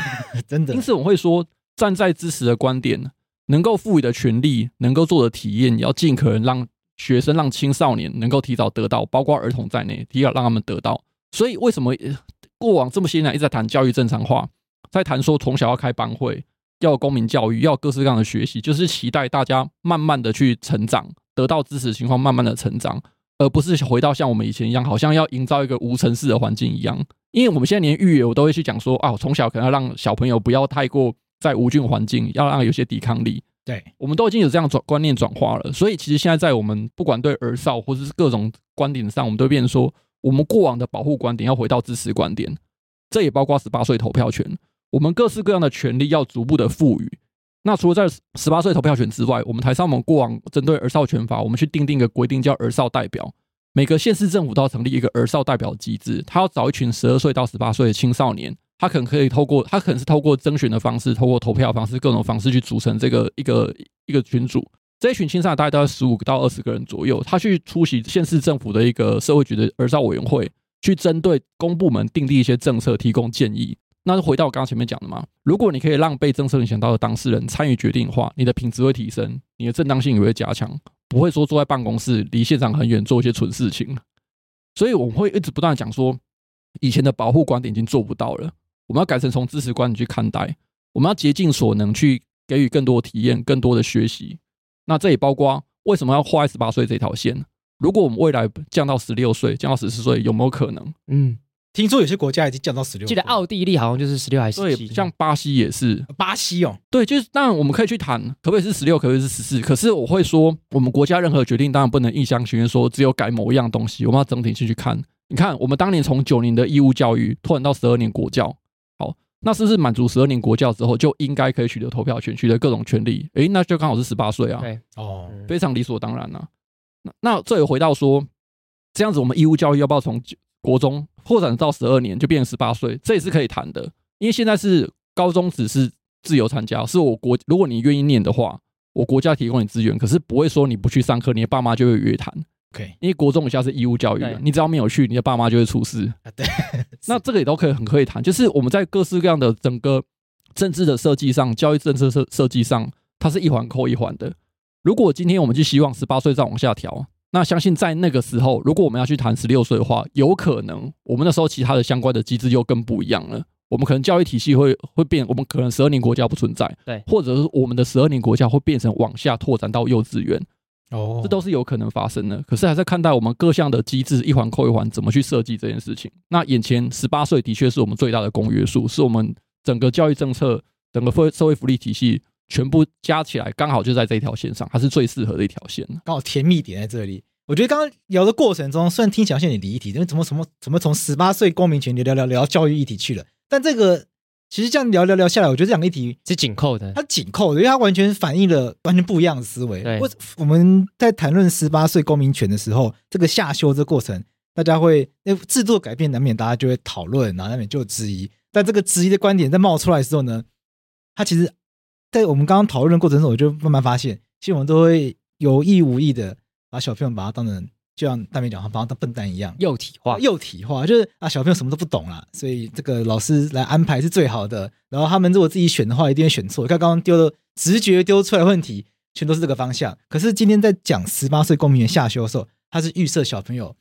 S4: 真的
S5: 因，此，我会说，站在支持的观点，能够赋予的权利，能够做的体验，也要尽可能让学生、让青少年能够提早得到，包括儿童在内，提早让他们得到。所以，为什么呃过往这么些年来一直在谈教育正常化，在谈说从小要开班会，要有公民教育，要有各式各样的学习，就是期待大家慢慢的去成长，得到支持的情况慢慢的成长，而不是回到像我们以前一样，好像要营造一个无尘室的环境一样。因为我们现在连育儿，我都会去讲说啊，我从小可能要让小朋友不要太过在无菌环境，要让他有些抵抗力。
S4: 对，
S5: 我们都已经有这样转观念转化了，所以其实现在在我们不管对儿少或者是各种观点上，我们都会变成说，我们过往的保护观点要回到支持观点，这也包括十八岁投票权，我们各式各样的权利要逐步的赋予。那除了在十八岁投票权之外，我们台上我们过往针对儿少权法，我们去定定一个规定叫儿少代表，每个县市政府都要成立一个儿少代表机制，他要找一群十二岁到十八岁的青少年，他可能可以透过他可能是透过征询的方式，透过投票的方式，各种方式去组成这个一个一个群组。这一群青少年大概都在十五到二十个人左右，他去出席县市政府的一个社会局的儿少委员会，去针对公部门订立一些政策，提供建议。那就回到我刚刚前面讲的嘛，如果你可以让被政策影响到的当事人参与决定的话，你的品质会提升，你的正当性也会加强。不会说坐在办公室离现场很远做一些蠢事情。所以我们会一直不断地讲说，以前的保护观点已经做不到了，我们要改成从支持观点去看待，我们要竭尽所能去给予更多的体验、更多的学习。那这也包括为什么要画十八岁这条线？如果我们未来降到十六岁、降到十四岁，有没有可能？
S3: 嗯，
S4: 听说有些国家已经降到十六，
S3: 记得奥地利好像就是十六还是
S5: 对
S3: 十，七，
S5: 像巴西也是，
S4: 巴西哦，
S5: 对，就是当然我们可以去谈，可不可以是十六，可不可以是十四？可是我会说，我们国家任何决定当然不能一厢情愿说只有改某一样东西，我们要整体去去看。你看，我们当年从九年的义务教育拓展到十二年国教，好，那是不是满足十二年国教之后就应该可以取得投票权、取得各种权利？诶，那就刚好是十八岁啊。
S3: 对，
S4: 哦，
S3: 嗯
S5: 非常理所当然呐、那那这也回到说，这样子我们义务教育要不要从九国中扩展到十二年，就变成十八岁？这也是可以谈的，因为现在是高中只是自由参加，是我国如果你愿意念的话，我国家提供你资源，可是不会说你不去上课，你的爸妈就会约谈。
S4: OK
S5: 因为国中以下是义务教育
S3: 对
S5: 了，你只要没有去，你的爸妈就会出事。
S4: 啊，对，
S5: 那这个也都可以很可以谈，就是我们在各式各样的整个政治的设计上、教育政策设设计上，它是一环扣一环的。如果今天我们去希望十八岁再往下调，那相信在那个时候，如果我们要去谈十六岁的话，有可能我们那时候其他的相关的机制又更不一样了。我们可能教育体系会会变，我们可能十二年国家不存在，
S3: 对
S5: 或者是我们的十二年国家会变成往下拓展到幼稚园，
S4: 哦，
S5: 这都是有可能发生的。可是还是看待我们各项的机制一环扣一环怎么去设计这件事情。那眼前十八岁的确是我们最大的公约数，是我们整个教育政策、整个社社会福利体系全部加起来刚好就在这一条线上，它是最适合的一条线了。
S4: 刚好甜蜜点在这里。我觉得刚刚聊的过程中，虽然听起来像有点离题，因为怎么怎么怎么从十八岁公民权聊聊聊聊教育议题去了，但这个其实这样聊聊聊下来，我觉得这两个议题
S3: 是紧扣的。
S4: 它紧扣的，因为它完全反映了完全不一样的思维
S3: 对。
S4: 我我们在谈论十八岁公民权的时候，这个下修这过程，大家会那制度改变，难免大家就会讨论，然后难免就有质疑。但这个质疑的观点在冒出来的时候呢，它其实，在我们刚刚讨论的过程中，我就慢慢发现，其实我们都会有意无意的把小朋友把他当成，就像大明讲，把他当笨蛋一样。
S3: 幼体化，
S4: 幼体化，就是啊，小朋友什么都不懂啦，所以这个老师来安排是最好的。然后他们如果自己选的话，一定会选错。看刚刚丢的直觉丢出来的问题，全都是这个方向。可是今天在讲十八岁公民权下修的时候，他是预设小朋友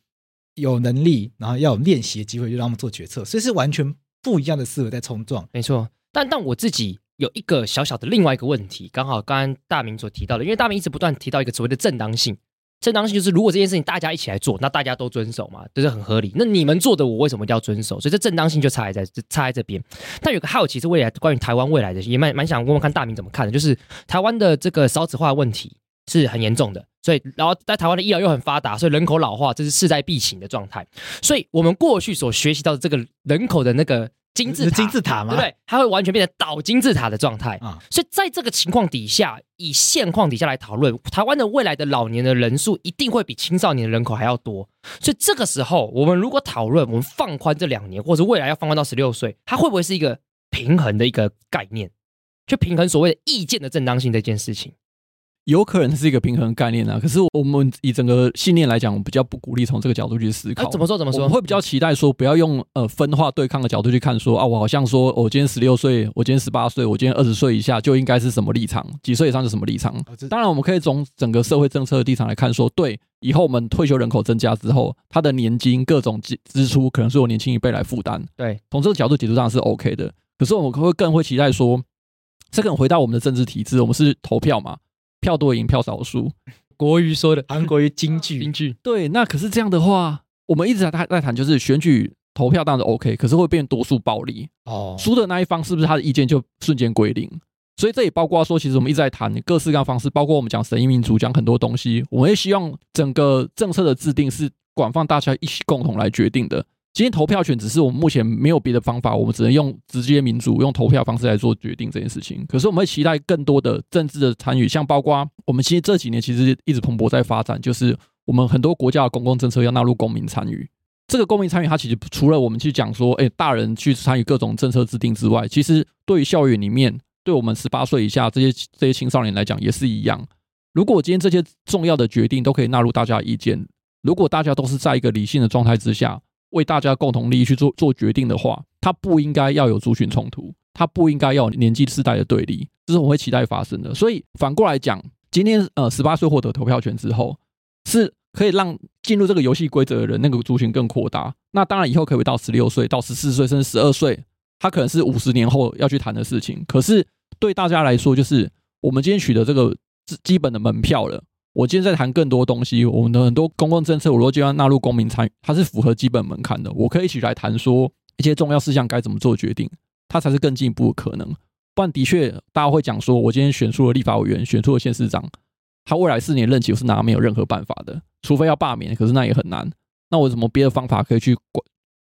S4: 有能力，然后要有练习的机会，就让他们做决策，所以是完全不一样的思维在冲撞。
S3: 没错。但但我自己有一个小小的另外一个问题，刚好刚刚大明所提到的，因为大明一直不断提到一个所谓的正当性。正当性就是，如果这件事情大家一起来做，那大家都遵守嘛，就是很合理。那你们做的，我为什么一定要遵守？所以这正当性就差在这差在这边。但有个好奇是未来关于台湾未来的，也蛮蛮想问问看大明怎么看的，就是台湾的这个少子化问题是很严重的，所以然后在台湾的医疗又很发达，所以人口老化这是势在必行的状态。所以我们过去所学习到的这个人口的那个金字塔，
S4: 金字塔嘛
S3: 对不对？它会完全变成倒金字塔的状态
S4: 啊
S3: 所以在这个情况底下，以现况底下来讨论，台湾的未来的老年的人数一定会比青少年的人口还要多。所以这个时候，我们如果讨论我们放宽这两年，或者未来要放宽到十六岁，它会不会是一个平衡的一个概念，去平衡所谓的意见的正当性这件事情？
S5: 有可能是一个平衡概念啊，可是我们以整个信念来讲，我们比较不鼓励从这个角度去思
S3: 哎、
S5: 考。
S3: 怎么说怎么
S5: 我
S3: 说？
S5: 们会比较期待说，不要用呃分化对抗的角度去看说啊，我好像说我今天十六岁，我今天十八岁，我今天二十岁以下就应该是什么立场，几岁以上是什么立场。
S3: 哦
S5: 当然，我们可以从整个社会政策的立场来看说，对，以后我们退休人口增加之后，他的年金各种支支出可能是由年轻一辈来负担。
S3: 对，
S5: 从这个角度解读上是 OK 的。可是我们会更会期待说，这个回到我们的政治体制，我们是投票嘛，票多赢，票少输。
S3: 国语说的
S4: 韩国瑜京剧，
S3: 句，
S5: 对，那可是这样的话，我们一直在在谈，就是选举投票当然是 OK，可是会变多数暴力，
S4: 哦，
S5: 输的那一方是不是他的意见就瞬间归零？所以这也包括说，其实我们一直在谈各式各样的方式，包括我们讲神意民主，讲很多东西，我们也希望整个政策的制定是广泛大家一起共同来决定的。今天投票权只是我们目前没有别的方法，我们只能用直接民主、用投票方式来做决定这件事情。可是我们会期待更多的政治的参与，像包括我们其实这几年其实一直蓬勃在发展，就是我们很多国家的公共政策要纳入公民参与。这个公民参与，它其实除了我们去讲说，哎，大人去参与各种政策制定之外，其实对于校园里面，对我们十八岁以下这些这些青少年来讲也是一样。如果今天这些重要的决定都可以纳入大家的意见，如果大家都是在一个理性的状态之下，为大家共同利益去做做决定的话，它不应该要有族群冲突，它不应该要有年纪世代的对立，这是我们会期待发生的。所以反过来讲，今天呃十八岁获得投票权之后，是可以让进入这个游戏规则的人那个族群更扩大。那当然，以后可以到十六岁、到十四岁，甚至十二岁，它可能是五十年后要去谈的事情。可是对大家来说，就是我们今天取得这个基基本的门票了。我今天在谈更多东西，我们的很多公共政策，我如果就要纳入公民参与，它是符合基本门槛的。我可以一起来谈说一些重要事项该怎么做决定，它才是更进一步的可能。不然的确，大家会讲说，我今天选出了立法委员，选出了县市长，他未来四年任期我是拿没有任何办法的，除非要罢免，可是那也很难。那我有什么别的方法可以去管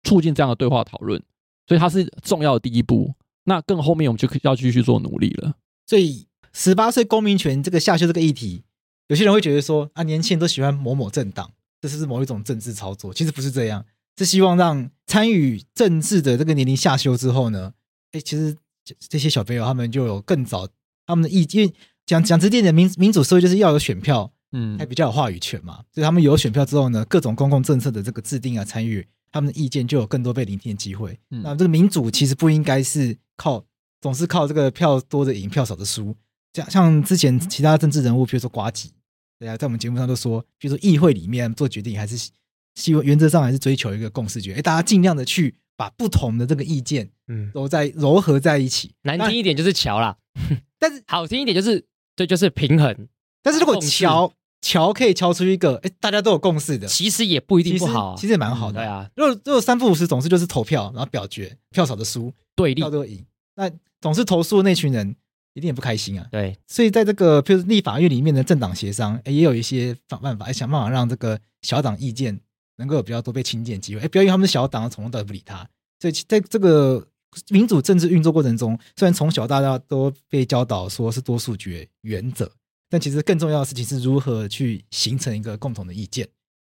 S5: 促进这样的对话讨论？所以它是重要的第一步。那更后面我们就可以要继续做努力了。
S4: 所以十八岁公民权这个下修这个议题，有些人会觉得说啊，年轻人都喜欢某某政党，这是不是某一种政治操作？其实不是这样，是希望让参与政治的这个年龄下修之后呢，哎，其实这这些小朋友他们就有更早他们的意见。因为讲讲直接点，民民主社会就是要有选票，
S5: 嗯
S4: 才比较有话语权嘛。所以他们有选票之后呢，各种公共政策的这个制定啊、参与，他们的意见就有更多被聆听的机会。
S5: 嗯
S4: 那这个民主其实不应该是靠总是靠这个票多的赢，票少的输。像像之前其他政治人物，比如说瓜吉，对啊，在我们节目上都说，比如说议会里面做决定，还是希望原则上还是追求一个共识决，哎，大家尽量的去把不同的这个意见
S3: 嗯，
S4: 都在糅合在一起。
S3: 难听一点就是桥啦，
S4: 但是
S3: 好听一点就是对，就是平衡，
S4: 但是如果
S3: 共识
S4: 桥桥可以敲出一个，哎，大家都有共识的，
S3: 其实也不一定
S4: 其
S3: 不
S4: 实
S3: 好啊、
S4: 其实也蛮好的
S3: 对。啊，
S4: 如果如果三不五时总是就是投票，然后表决，票少的输，
S3: 对立
S4: 票多的赢，那总是投诉的那群人，也一定也不开心啊。
S3: 对，
S4: 所以在这个譬如立法院里面的政党协商，哎，也有一些方办法，哎想办法让这个小党意见能够有比较多被听见的机会。哎，不要因为他们是小党，从头到尾不理他。所以其在这个民主政治运作过程中，虽然从小大家都被教导说是多数决原则，但其实更重要的事情是如何去形成一个共同的意见。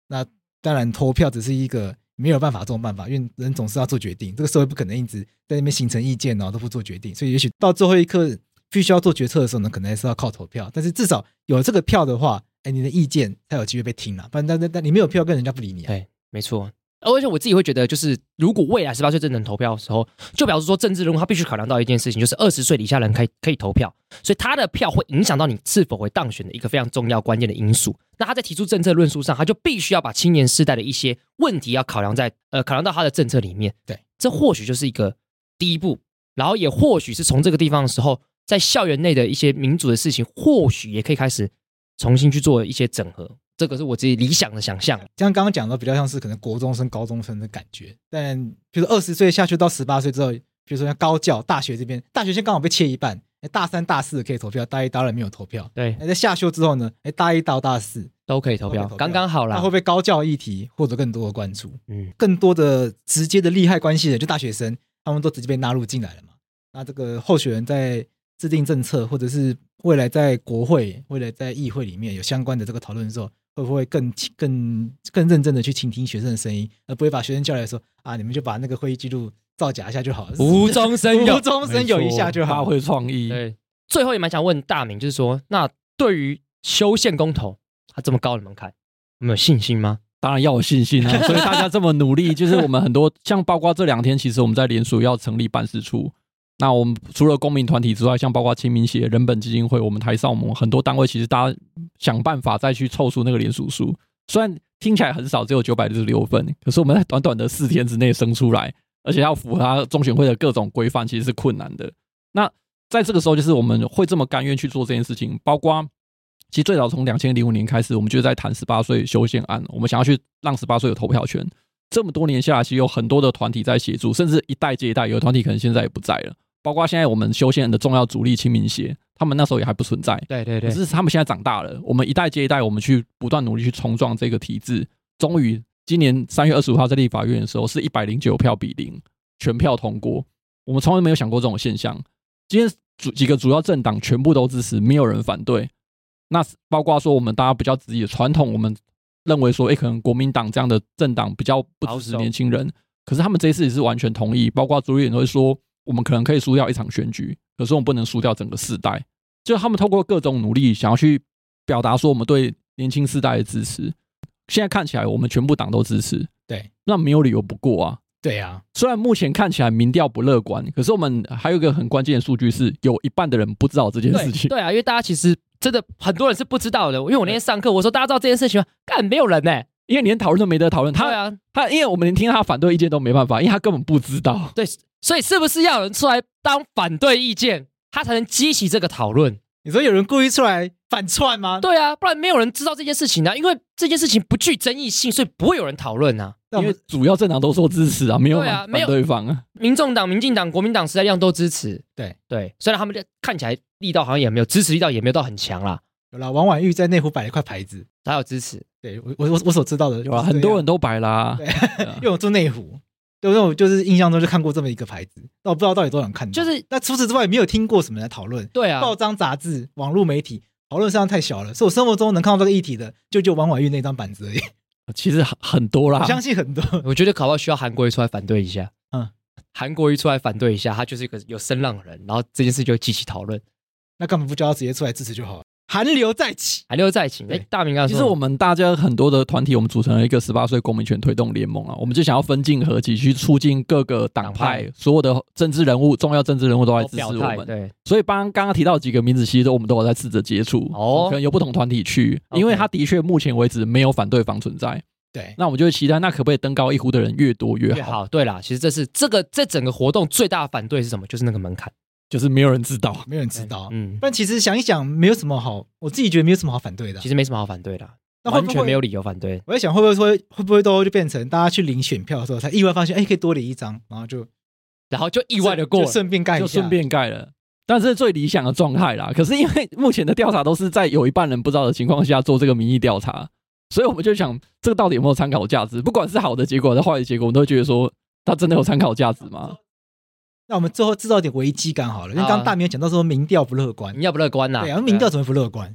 S4: 那当然，投票只是一个没有办法这种办法，因为人总是要做决定，这个社会不可能一直在那边形成意见哦然后都不做决定，所以也许到最后一刻必须要做决策的时候呢，可能还是要靠投票。但是至少有这个票的话，哎，你的意见才有机会被听啊了，不然但但但你没有票，跟人家不理你啊。
S3: 对，没错。而且我自己会觉得，就是如果未来十八岁真能投票的时候，就表示说政治人物他必须考量到一件事情，就是二十岁以下人可以可以投票，所以他的票会影响到你是否会当选的一个非常重要关键的因素。那他在提出政策论述上，他就必须要把青年世代的一些问题要考量在呃考量到他的政策里面。
S4: 对，
S3: 这或许就是一个第一步，然后也或许是从这个地方的时候，在校园内的一些民主的事情，或许也可以开始重新去做一些整合。这个是我自己理想的想象。
S4: 像刚刚讲的，比较像是可能国中生、高中生的感觉。但比如说二十岁下去到十八岁之后，比如说像高教、大学这边，大学现在刚好被切一半，哎，大三、大四可以投票，大一、大二没有投票。
S3: 对，
S4: 哎，在下修之后呢，哎，大一到大四
S3: 都可以投
S4: 都可
S3: 票
S4: 以投，票
S3: 刚刚好
S4: 那
S3: 啦
S4: 会。不会高教议题获得更多的关注？
S3: 嗯，
S4: 更多的直接的利害关系人，就大学生，他们都直接被纳入进来了嘛。那这个候选人在制定政策，或者是未来在国会、未来在议会里面有相关的这个讨论的时候，会不会更更更认真的去倾听学生的声音，而不会把学生叫来说啊，你们就把那个会议记录造假一下就好了，
S3: 无中生有
S4: 无。中生有一下就
S5: 发
S4: 好。
S5: 挥创意。
S3: 对，最后也蛮想问大明，就是说，那对于修宪公投，它这么高的门槛，你们有信心吗？
S5: 当然要有信心啊！所以大家这么努力，就是我们很多像包括这两天，其实我们在联署要成立办事处。那我们除了公民团体之外，像包括清明协、人本基金会，我们台上我们很多单位，其实大家想办法再去凑出那个联署书。虽然听起来很少，只有九百六十六份，可是我们在短短的四天之内生出来，而且要符合它中选会的各种规范，其实是困难的。那在这个时候，就是我们会这么甘愿去做这件事情，包括其实最早从两千零五年开始，我们就在谈十八岁修宪案，我们想要去让十八岁有投票权。这么多年下来，其实有很多的团体在协助，甚至一代接一代，有的团体可能现在也不在了。包括现在我们修宪的重要主力清明协，他们那时候也还不存在，
S3: 对对
S5: 可，是他们现在长大了，我们一代接一代，我们去不断努力去冲撞这个体制。终于，今年三月二十五号在立法院的时候是一百零九票比零，全票通过。我们从来没有想过这种现象。今天主几个主要政党全部都支持，没有人反对。那包括说我们大家比较质疑的传统，我们认为说，诶，可能国民党这样的政党比较不支
S3: 保守
S5: 持年轻人，可是他们这一次也是完全同意。包括朱立伦会说，我们可能可以输掉一场选举，可是我们不能输掉整个世代。就他们透过各种努力，想要去表达说我们对年轻世代的支持。现在看起来，我们全部党都支持，
S4: 对，
S5: 那没有理由不过啊。
S4: 对啊，
S5: 虽然目前看起来民调不乐观，可是我们还有一个很关键的数据是，有一半的人不知道这件事情。
S3: 对啊，因为大家其实真的很多人是不知道的，因为我那天上课我说大家知道这件事情吗？干，没有人呢、
S5: 因为连讨论都没得讨论。
S3: 对
S5: 他、
S3: 啊，
S5: 他，因为我们连听他反对意见都没办法，因为他根本不知道。
S3: 对，所以是不是要有人出来当反对意见，他才能激起这个讨论？
S4: 你说有人故意出来反串吗？
S3: 对啊，不然没有人知道这件事情啊，因为这件事情不具争议性，所以不会有人讨论啊。
S4: 那我
S5: 因为
S4: 们
S5: 主要政党都说支持啊，没有
S3: 对啊
S5: 反
S3: 没有
S5: 反对方啊。
S3: 民众党、民进党、国民党、时代力量都支持。
S4: 对
S3: 对，虽然他们这看起来力道好像也没有支持力道也没有到很强啦，
S4: 有啦，王婉玉在内湖摆了一块牌子，
S3: 还有支持。
S4: 对我我我我所知道的
S5: 有啊，
S4: 是这
S5: 很多
S4: 样
S5: 人都白啦、
S4: 对
S5: 对啊
S4: 因为我住内湖，对，那我就是印象中就看过这么一个牌子，但我不知道到底多少人看到。
S3: 就是
S4: 那除此之外，也没有听过什么人来讨论，
S3: 对啊，
S4: 报章、杂志、网络媒体讨论量太小了，所以我生活中能看到这个议题的，就就王婉玉那张板子而已。
S5: 其实很很多啦
S3: 啊
S4: 我。相信很多，
S3: 我觉得搞不好需要韩国瑜出来反对一下。嗯
S4: 嗯，
S3: 韩国瑜出来反对一下，他就是一个有声浪的人，然后这件事就会激起讨论。
S4: 那干嘛不叫他直接出来支持就好了？韩流再起，
S3: 韩流在一起，哎
S4: 对，
S3: 大明刚刚
S5: 其
S3: 说
S5: 实我们大家很多的团体，我们组成了一个十八岁公民权推动联盟啊，我们就想要分进合集，去促进各个党
S3: 党
S5: 派所有的政治人物、重要政治人物都来支持
S3: 表
S5: 我
S3: 态，
S5: 们。
S3: 对
S5: 所以，帮刚刚提到几个名字，其实都我们都有在试着接触，
S3: 哦
S5: 可能有不同团体去，因为
S3: OK
S5: 他的确目前为止没有反对方存在。
S4: 对，
S5: 那我们就会期待，那可不可以登高一呼的人越多越好？
S3: 越好。对啦，其实这是这个这整个活动最大的反对是什么？就是那个门槛。
S5: 就是没有人知道。
S4: 没有人知道。
S3: 嗯，
S4: 但其实想一想，没有什么好，我自己觉得没有什么好反对的啊
S3: 其。实没什么好反对的啊，
S4: 那会
S3: 完
S4: 不
S3: 全没
S4: 会
S3: 有理由反对。
S4: 我在想，会不会说，会不会都就变成大家去领选票的时候，才意外发现，哎，可以多领一张，然后就
S3: 然后就意外的过
S4: 就
S3: 了，
S4: 顺便盖一下，
S5: 就顺便盖了。但这是最理想的状态啦。可是因为目前的调查都是在有一半人不知道的情况下做这个民意调查，所以我们就想，这个到底有没有参考价值？不管是好的结果还是坏的结果，我们都会觉得说，它真的有参考价值吗？
S4: 那我们最后制造一点危机感好了，因为刚刚大明有讲到说民调不乐观，
S3: 你要不乐观呐、
S4: 对啊，民调怎么会不乐观？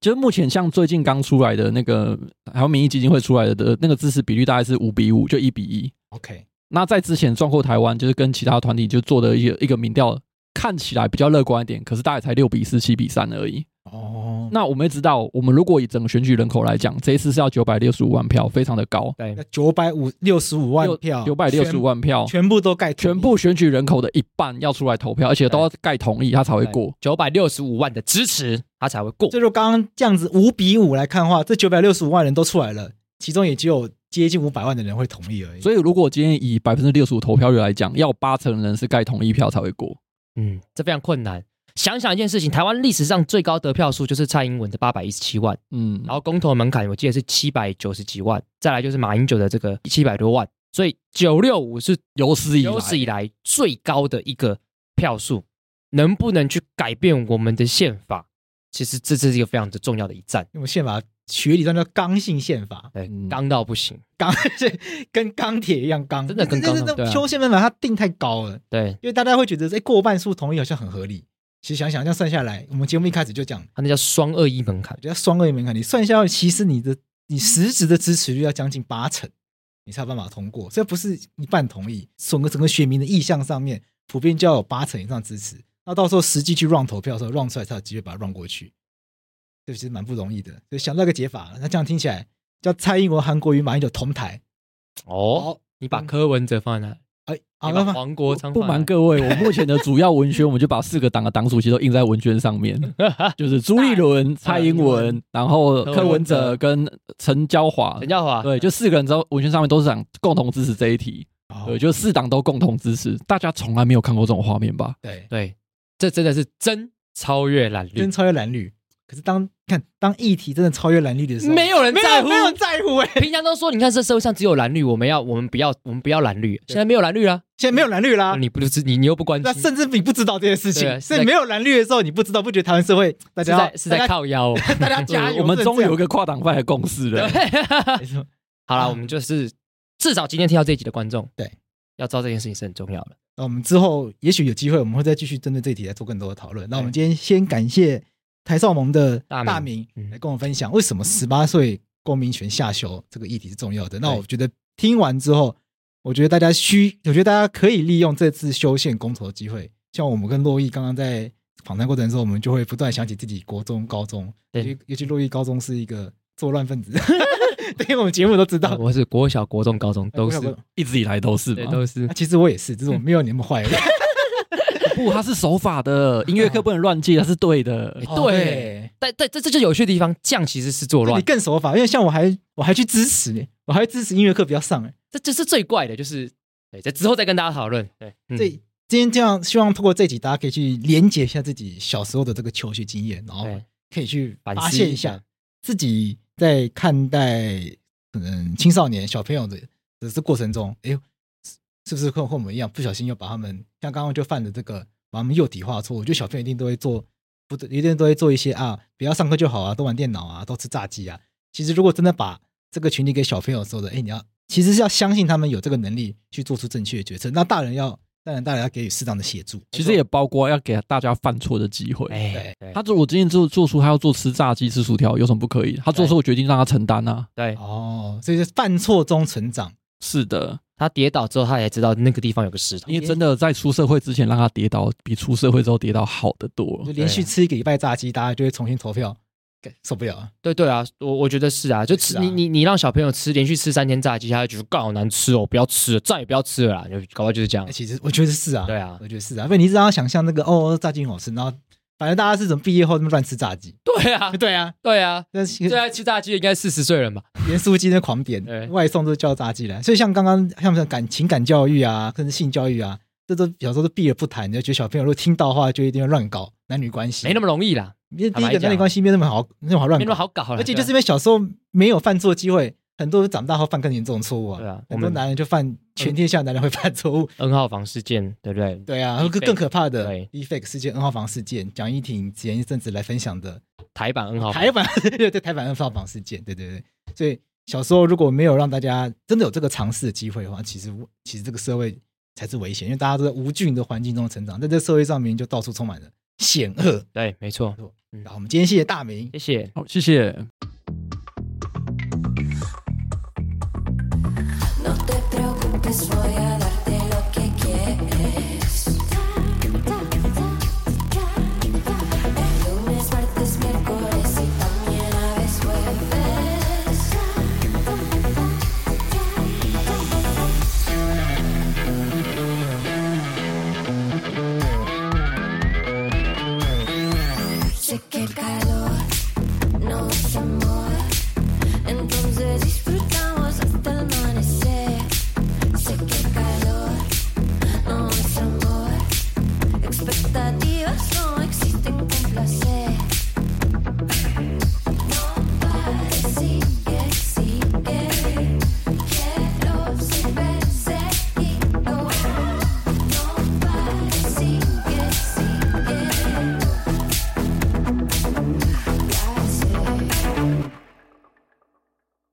S5: 就是目前像最近刚出来的那个，还有民意基金会出来的的那个支持比率大概是五比五，就一比一。
S4: OK，
S5: 那在之前撞过台湾，就是跟其他团体就做的一个一个民调，看起来比较乐观一点，可是大概才六比四、七比三而已。
S4: 哦，
S5: 那我们也知道，我们如果以整个选举人口来讲，这一次是要九百六十五万票，非常的高，
S3: 对
S4: 那九百五六十五万票，
S5: 九百六十五万票，
S4: 全部都盖同意
S5: 全部选举人口的一半要出来投票，而且都要盖同意，他才会过。
S3: 九百六十五万的支持，他才会过。
S4: 所以说刚刚这样子五比五来看的话，这九百六十五万人都出来了，其中也只有接近五百万的人会同意而已。
S5: 所以，如果今天以百分之六十五投票率来讲，要八成人是盖同意票才会过。
S3: 嗯，这非常困难。想想一件事情，台湾历史上最高得票数就是蔡英文的八百一十七万，
S5: 嗯，
S3: 然后公投门槛我记得是七百九十几万，再来就是马英九的这个七百多万，所以九六五是
S5: 有史以来，
S3: 有史以来最高的一个票数，能不能去改变我们的宪法？其实这这是一个非常的重要的一战，
S4: 因为宪法学理上叫刚性宪法，
S3: 对
S5: 嗯，
S3: 刚到不行，
S4: 刚是跟钢铁一样刚，
S3: 真的跟钢
S4: 但是
S3: 对啊
S4: 修宪法它定太高了，
S3: 对
S4: 因为大家会觉得哎过半数同意好像很合理。其实想想这样算下来，我们节目一开始就讲，
S3: 他那叫双二一门槛
S4: 我，觉得双位门槛，你算一下，其实你的你
S3: 嗯
S4: 实质的支持率要将近八成，你才有办法通过。这不是一半同意，整个整个选民的意向上面，普遍就要有八成以上支持。那到时候实际去 run 投票的时候，run 出来才有机会把它 run 过去。这其实蛮不容易的，所以想到一个解法了。那这样听起来叫蔡英文、韩国瑜、马英九同台。
S3: 哦。你把柯文哲放在哪？
S4: 哎，好，
S3: 你
S4: 那
S3: 把
S4: 么
S3: 黄国昌
S5: 不
S3: 放在
S5: 瞒
S3: 哪
S5: 各位，我目前的主要文宣，我们就把四个党的党主席都印在文宣上面，就是朱立伦、蔡英文，然后柯文哲跟陈椒华，
S3: 陈耀华，
S5: 对，就四个人在文宣上面都是想共同支持这一题，
S4: 哦
S5: 对，就四党都共同支持，大家从来没有看过这种画面吧？
S4: 对，
S3: 对，这真的是真超越蓝绿
S4: 真，超越蓝绿。可是当看当议题真的超越蓝绿的时候，
S3: 没有人
S4: 没
S3: 在
S4: 有
S3: 乎
S4: 没。有人在 乎哎、
S3: 平常都说，你看这社会上只有蓝绿，我们要，我们不要，我们不要蓝绿。现在没有蓝绿了，
S4: 现在没有蓝绿啦，
S3: 你不是你你又不关
S4: 啊那
S3: 心，
S4: 甚至你不知道这件事
S3: 对啊
S4: 情，
S3: 是
S4: 所以
S3: 在
S4: 没有蓝绿的时候，你不知道，不觉得台湾社会大
S3: 是
S4: 家
S3: 在是在靠腰哦。
S4: 大家大家 加油，
S5: 我们
S4: 真的
S5: 终
S4: 这
S5: 于
S4: 样
S5: 有一个跨党派的共识了。
S4: 没错
S3: 好了，我们就是至少今天听到这一集的观众，
S4: 对，
S3: 要知道这件事情是很重要的。
S4: 那我们之后也许有机会，我们会再继续针对这一题来做更多的讨论。那我们今天先感谢台少盟的
S3: 哎大明
S4: 大明
S3: 嗯
S4: 来跟我们分享为什么十八岁公民权下修这个议题是重要的。那我觉得听完之后，我觉得大家需，我觉得大家可以利用这次修宪公投的机会，像我们跟洛毅刚刚在访谈过程中，我们就会不断想起自己国中、高中，
S3: 对
S4: 尤其尤其洛毅高中是一个作乱分子， 对我们节目都知道。
S3: 我是国小、国中、高中都是
S4: 哎我，想
S5: 一直以来都是
S3: 对，
S5: 嘛，
S3: 都是
S4: 啊其实我也是，只是我
S3: 嗯
S4: 没有你那么 坏而已。
S5: 不，它是守法的，音乐课不能乱记，它是对的。
S3: 哎对但但这这就有趣的地方，这样其实是作
S4: 哦那
S3: 乱
S4: 你，更守法，因为像我还我还去支持呢，我还支持音乐课不要上哎。
S3: 这这是最怪的，就是对，这之后再跟大家讨论。对，嗯
S4: 所以今天这样，希望通过这集，大家可以去连接一下自己小时候的这个求学经验，然后
S3: 对
S4: 可以去
S3: 反
S4: 发
S3: 思
S4: 现一
S3: 一
S4: 下
S3: 下
S4: 自己在看待可能青少年小朋友的的这过程中，哎呦，是是不是和和我们一样，不小心又把他们像刚刚就犯的这个把他们幼体化的错误？我觉得小朋友一定都会做，不一定都会做一些啊，不要上课就好啊，都玩电脑啊，都吃炸鸡啊。其实如果真的把这个群体给小朋友说的，哎，你要其实是要相信他们有这个能力去做出正确的决策。那大人要当然大人要给予适当的协助。
S5: 其实也包括要给大家犯错的机会。
S3: 哎，对
S5: 他如果今天做做出他要做吃炸鸡、吃薯条，有什么不可以？他做出我决定让他承担啊。
S3: 对，
S4: 哦，所以是犯错中成长。
S5: 是的，
S3: 他跌倒之后，他才知道那个地方有个食堂
S5: 因。为真的在出社会之前让他跌倒，比出社会之后跌倒好得多
S3: 啊
S4: 就。连续吃一个礼拜炸鸡，大家就会重新投票，干受不了啊！
S3: 对对啊，我我觉得是啊，就吃
S4: 是啊
S3: 你你你让小朋友吃连续吃三天炸鸡，他就觉得干好难吃哦，不要吃了，再也不要吃了啦，就搞不好就是这样
S4: 哎，。其实我觉得是啊，
S3: 对啊
S4: 我觉得是啊，因为你只要想象那个哦，炸鸡很好吃，然后反正大家是怎么毕业后那么乱吃炸鸡，
S3: 对 啊，
S4: 对啊，
S3: 对啊，
S4: 那
S3: 最
S4: 是
S3: 爱吃炸鸡的应该四十岁了嘛？
S4: 连书记那狂点
S3: 对
S4: 外送都叫炸鸡来，所以像刚刚像像感情感教育啊，甚至性教育啊，这都小时候都避而不谈，你就觉得小朋友如果听到的话，就一定要乱搞男女关系，
S3: 没
S4: 么
S3: 那么容易啦，
S4: 因为第一
S3: 坦白
S4: 个
S3: 讲
S4: 男女关系没那么好，没那么好乱
S3: 没那么
S4: 搞，
S3: 好搞啦。
S4: 而且就是因
S3: 对啊
S4: 为小时候没有犯错机会，很多人长大后犯更严重的错误啊。
S3: 对啊
S4: 很多
S3: 我们
S4: 男人就犯，全天下男人会犯错误。
S3: n 号房事件，对不对？
S4: 对啊，更更可怕的
S3: 对
S4: deepfake 事件、N 号房事件，蒋一婷前一阵子来分享的
S3: 台版 N 号房
S4: 台版对对台版 N 号房事件，对对对。所以小时候如果没有让大家真的有这个尝试的机会的话，其实其实这个社会才是危险，因为大家都在无菌的环境中成长，在这社会上面就到处充满了险恶。
S3: 对，没错。
S4: 然后我们今天谢谢大明
S3: 谢，谢。
S5: 好，谢谢。
S6: No te preocupes, voy a